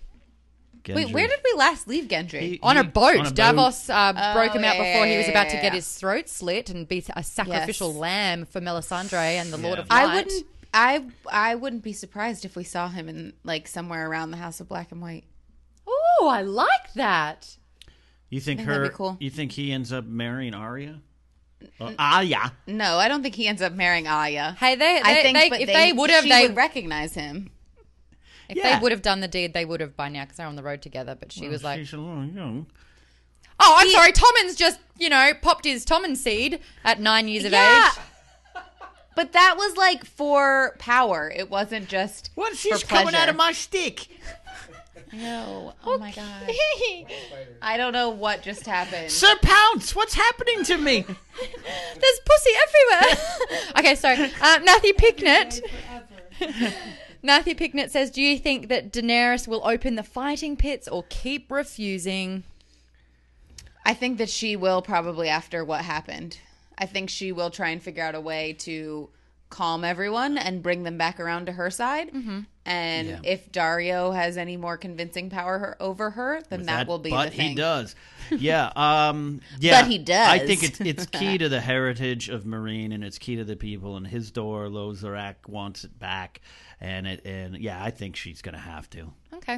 Speaker 3: Gendry.
Speaker 4: Wait, where did we last leave Gendry?
Speaker 3: He-
Speaker 2: on a
Speaker 3: he-
Speaker 2: boat.
Speaker 3: on a boat.
Speaker 2: Davos Uh, broke him out
Speaker 4: yeah,
Speaker 2: before he was
Speaker 4: yeah,
Speaker 2: about to
Speaker 4: yeah,
Speaker 2: get
Speaker 4: Oh, yeah.
Speaker 2: his throat slit and be a sacrificial
Speaker 4: Yes.
Speaker 2: lamb for Melisandre and the Lord
Speaker 3: Yeah.
Speaker 2: of Light.
Speaker 4: I wouldn't. I I wouldn't be surprised if we saw him in like somewhere around the House of Black and White.
Speaker 2: Oh, I like that.
Speaker 3: you think
Speaker 4: think that'd
Speaker 3: her?
Speaker 4: be cool.
Speaker 3: You think he ends up marrying Arya? Uh, Arya.
Speaker 4: No, I don't think he ends up marrying Arya.
Speaker 2: Hey, they, they,
Speaker 4: I think
Speaker 2: they-
Speaker 4: but
Speaker 2: if they, would have,
Speaker 4: she
Speaker 2: they
Speaker 4: would recognize him.
Speaker 2: if
Speaker 3: Yeah.
Speaker 2: they would have done the deed, they would have by now because they're on the road together. But she was like,
Speaker 3: She's a little young.
Speaker 2: "Oh, I'm sorry, Tommen's just you know popped his Tommen seed at nine years of
Speaker 4: Yeah.
Speaker 2: age."
Speaker 4: But that was like for power. It wasn't just
Speaker 3: What?
Speaker 4: for
Speaker 3: She's coming
Speaker 4: pleasure.
Speaker 3: out of my stick.
Speaker 4: No. Oh my god. I don't know what just happened.
Speaker 3: Sir Pounce, what's happening to me?
Speaker 2: There's pussy everywhere. okay, sorry. Uh, Nathy Picknett. Nathy Picknett says, "Do you think that Daenerys will open the fighting pits or keep refusing?"
Speaker 4: I think that she will probably after what happened. I think she will try and figure out a way to calm everyone and bring them back around to her side. And if Dario has any more convincing power her, over her, then that, will be
Speaker 3: but
Speaker 4: the thing.
Speaker 3: he does yeah um yeah
Speaker 4: he
Speaker 3: i
Speaker 4: does.
Speaker 3: think it's it's key to the heritage of marine and it's key to the people and his door lozarak wants it back and it and yeah i think she's gonna have to
Speaker 2: Okay.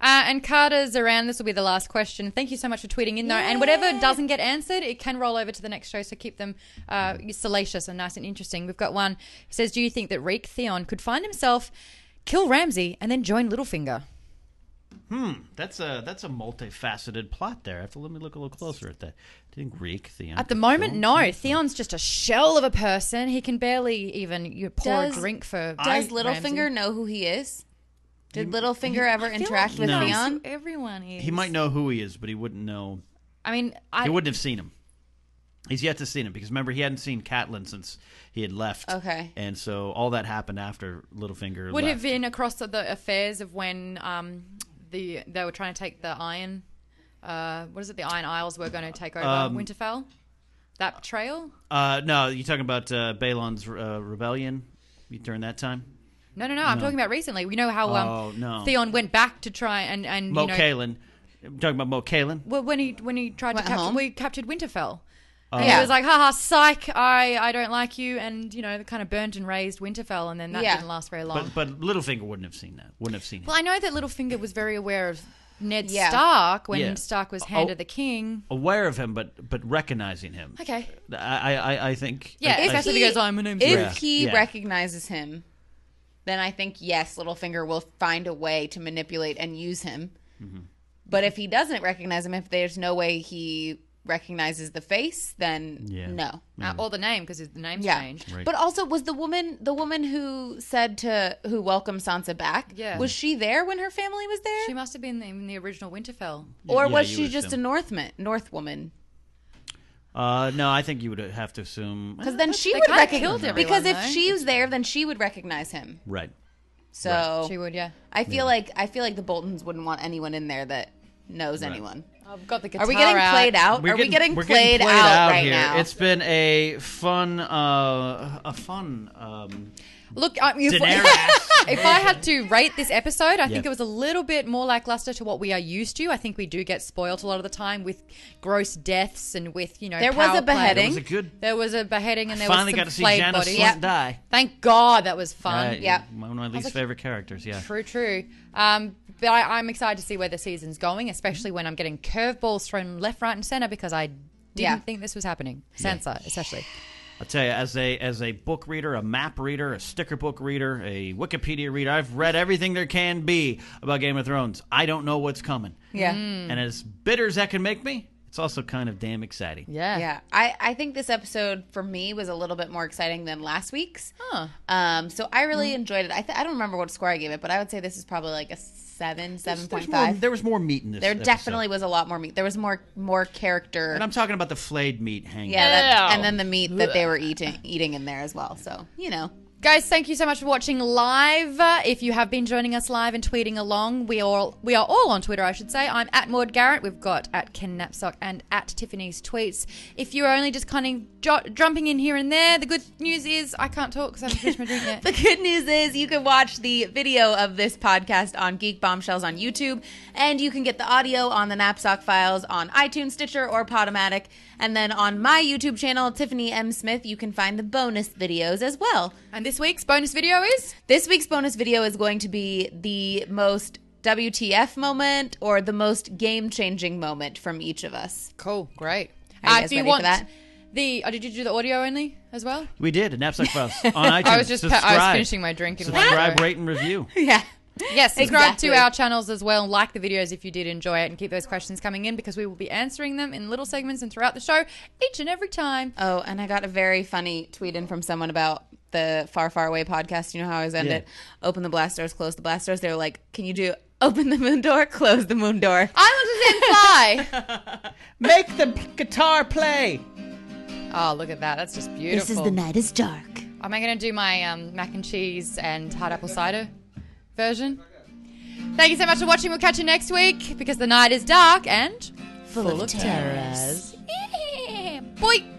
Speaker 2: Uh, and Carter's around. This will be the last question. Thank you so much for tweeting in, though. And whatever doesn't get answered, it can roll over to the next show. So keep them uh, salacious and nice and interesting. We've got one. It says, "Do you think that Reek Theon could find himself, kill Ramsey, and then join Littlefinger?"
Speaker 3: that's a that's a multifaceted plot there i have to let me look a little closer at that do you think reek the
Speaker 2: At the moment, no. Theon's just a shell of a person. He can barely even you pour
Speaker 4: Does-
Speaker 2: a drink for.
Speaker 4: Does
Speaker 3: I-
Speaker 4: Littlefinger know who he is? Did Littlefinger ever interact with
Speaker 3: No.
Speaker 4: Theon?
Speaker 2: Everyone is.
Speaker 3: he might know who he is but he wouldn't know
Speaker 2: I mean, I
Speaker 3: he wouldn't have seen him He's yet to seen him because remember he hadn't seen Catelyn since he had left.
Speaker 4: Okay.
Speaker 3: and so all that happened after Littlefinger
Speaker 2: would have
Speaker 3: left.
Speaker 2: been across the affairs of when um, the they were trying to take the Iron. Uh, what is it? The Iron Isles were going to take over
Speaker 3: Um,
Speaker 2: Winterfell. That betrayal?
Speaker 3: Uh, no, you're talking about uh, Balon's uh, rebellion You- during that time.
Speaker 2: No, no, no. I'm talking about recently. You know how um,
Speaker 3: Oh, no.
Speaker 2: Theon went back to try and and
Speaker 3: Mo
Speaker 2: you know.
Speaker 3: Kalen. I'm talking about Mo Kalen.
Speaker 2: Well, when he when he tried
Speaker 4: Went
Speaker 2: to capture,
Speaker 4: home?
Speaker 2: we captured Winterfell.
Speaker 3: Oh.
Speaker 2: And
Speaker 4: Yeah.
Speaker 2: he was like, haha, psych, I, I don't like you. And, you know, kind of burnt and raised Winterfell. And then that
Speaker 4: Yeah.
Speaker 2: didn't last very long.
Speaker 3: But but Littlefinger wouldn't have seen that. Wouldn't have seen him.
Speaker 2: well, I know that Littlefinger was very aware of Ned
Speaker 4: Yeah.
Speaker 2: Stark when
Speaker 3: Yeah.
Speaker 2: Stark was
Speaker 3: Oh.
Speaker 2: Hand of the King.
Speaker 3: Aware of him, but but recognizing him.
Speaker 2: Okay.
Speaker 3: I I, I think.
Speaker 2: Yeah,
Speaker 3: I- I-
Speaker 2: especially because "Oh, I'm an
Speaker 4: If
Speaker 3: Yeah.
Speaker 4: he
Speaker 3: Yeah.
Speaker 4: recognizes him, then I think yes, Littlefinger will find a way to manipulate and use him.
Speaker 3: Mm-hmm.
Speaker 4: But if he doesn't recognize him, if there's no way he recognizes the face, then
Speaker 3: Yeah.
Speaker 4: no.
Speaker 2: Uh, or the name, because the name's
Speaker 4: Yeah.
Speaker 2: changed.
Speaker 4: But also, was the woman the woman who said to who welcomed Sansa back?
Speaker 2: Yeah.
Speaker 4: Was she there when her family was there,
Speaker 2: She must have been in the original Winterfell.
Speaker 4: or
Speaker 3: Yeah,
Speaker 4: was
Speaker 3: you
Speaker 4: she
Speaker 3: would
Speaker 4: just
Speaker 3: assume.
Speaker 4: a Northman, North woman?
Speaker 3: Uh, no, I think you would have to assume.
Speaker 4: Because then she
Speaker 2: They
Speaker 4: would
Speaker 2: kinda
Speaker 4: recognize
Speaker 2: killed
Speaker 4: him.
Speaker 2: everyone,
Speaker 4: Because if
Speaker 2: though.
Speaker 4: she was there, then she would recognize him.
Speaker 3: Right.
Speaker 4: So
Speaker 2: She would, yeah.
Speaker 4: I feel like I feel like the Boltons wouldn't want anyone in there that knows anyone.
Speaker 2: I've got the guitar
Speaker 4: Are we getting
Speaker 2: out.
Speaker 4: played out? Are we getting
Speaker 3: we're
Speaker 4: played, out, right
Speaker 3: here.
Speaker 4: now?
Speaker 3: It's been a fun, uh, a fun um,
Speaker 2: Look, I mean, if,
Speaker 3: Daenerys.
Speaker 2: if I had to rate this episode, I think
Speaker 3: Yeah.
Speaker 2: it was a little bit more lackluster to what we are used to. I think we do get spoilt a lot of the time with gross deaths and with you know.
Speaker 4: There was
Speaker 2: power
Speaker 4: a
Speaker 2: play.
Speaker 3: it
Speaker 4: beheading.
Speaker 3: was a good.
Speaker 2: There was a beheading, and there was
Speaker 3: Finally
Speaker 2: some
Speaker 3: got to see
Speaker 2: flayed
Speaker 3: Janice
Speaker 2: bodies.
Speaker 3: Flint die.
Speaker 2: Thank God that was
Speaker 4: Um,
Speaker 2: fun.
Speaker 3: Right.
Speaker 4: Yeah.
Speaker 3: One of my least favorite characters. Yeah.
Speaker 2: True, true. Um, but I, I'm excited to see where the season's going, especially when I'm getting curveballs thrown left, right, and center because I didn't
Speaker 4: Yeah.
Speaker 2: think this was happening. Sansa, especially.
Speaker 3: I'll tell you, as a as a book reader, a map reader, a sticker book reader, a Wikipedia reader, I've read everything there can be about Game of Thrones. I don't know what's coming.
Speaker 4: yeah.
Speaker 3: And as bitter as that can make me, it's also kind of damn exciting.
Speaker 2: Yeah.
Speaker 4: Yeah. I, I think this episode for me was a little bit more exciting than last week's.
Speaker 2: Huh.
Speaker 4: Um, so I really
Speaker 3: Mm.
Speaker 4: enjoyed it. I, th- I don't remember what score I gave it, but I would say this is probably like a seven, seven
Speaker 3: There's
Speaker 4: point
Speaker 3: more-
Speaker 4: five.
Speaker 3: there was more meat in this.
Speaker 4: There
Speaker 3: episode.
Speaker 4: definitely was a lot more meat. There was more more character.
Speaker 3: And I'm talking about the flayed meat hanging.
Speaker 4: yeah, that, and then the meat that they were eating eating in there as well. So you know,
Speaker 2: Guys, thank you so much for watching live. Uh, If you have been joining us live and tweeting along, we all we are all on Twitter, I should say. I'm at Maud Garrett. We've got at Ken Knapsack and at Tiffany's tweets. If you're only just kind of jo- jumping in here and there, the good news is I can't talk because I haven't finished my drink yet.
Speaker 4: The good news is you can watch the video of this podcast on Geek Bombshells on YouTube, and you can get the audio on the Knapsack files on iTunes, Stitcher, or Podomatic. And then on my YouTube channel, Tiffany M. Smith, you can find the bonus videos as well.
Speaker 2: And this week's bonus video is
Speaker 4: This week's bonus video is going to be the most WTF moment or the most game changing moment from each of us.
Speaker 2: cool, great.
Speaker 4: Are you guys
Speaker 2: if you
Speaker 4: ready for
Speaker 2: want
Speaker 4: that?
Speaker 2: the, oh, did you do the audio only as well?
Speaker 3: We did a knapsack files on iTunes.
Speaker 2: I was just pa- I was
Speaker 3: Subscribe.
Speaker 2: finishing my drink and
Speaker 3: Subscribe, rate, and review.
Speaker 4: Yeah.
Speaker 2: Yes, subscribe
Speaker 4: Exactly.
Speaker 2: to our channels as well and like the videos if you did enjoy it and keep those questions coming in because we will be answering them in little segments and throughout the show each and every time.
Speaker 4: Oh, and I got a very funny tweet in from someone about the Far Far Away podcast. You know how I always end
Speaker 3: Yeah.
Speaker 4: it? Open the blast doors, close the blast doors. They were like, can you do open the moon door, close the moon door?
Speaker 2: I want to then
Speaker 3: Make the p- guitar play.
Speaker 2: fly. oh, look at that. That's just beautiful.
Speaker 7: This is the night is dark.
Speaker 2: Am I going to do my um, mac and cheese and hard apple cider version? Thank you so much for watching. We'll catch you next week because the night is dark and
Speaker 7: Full, of terrors.
Speaker 2: boy.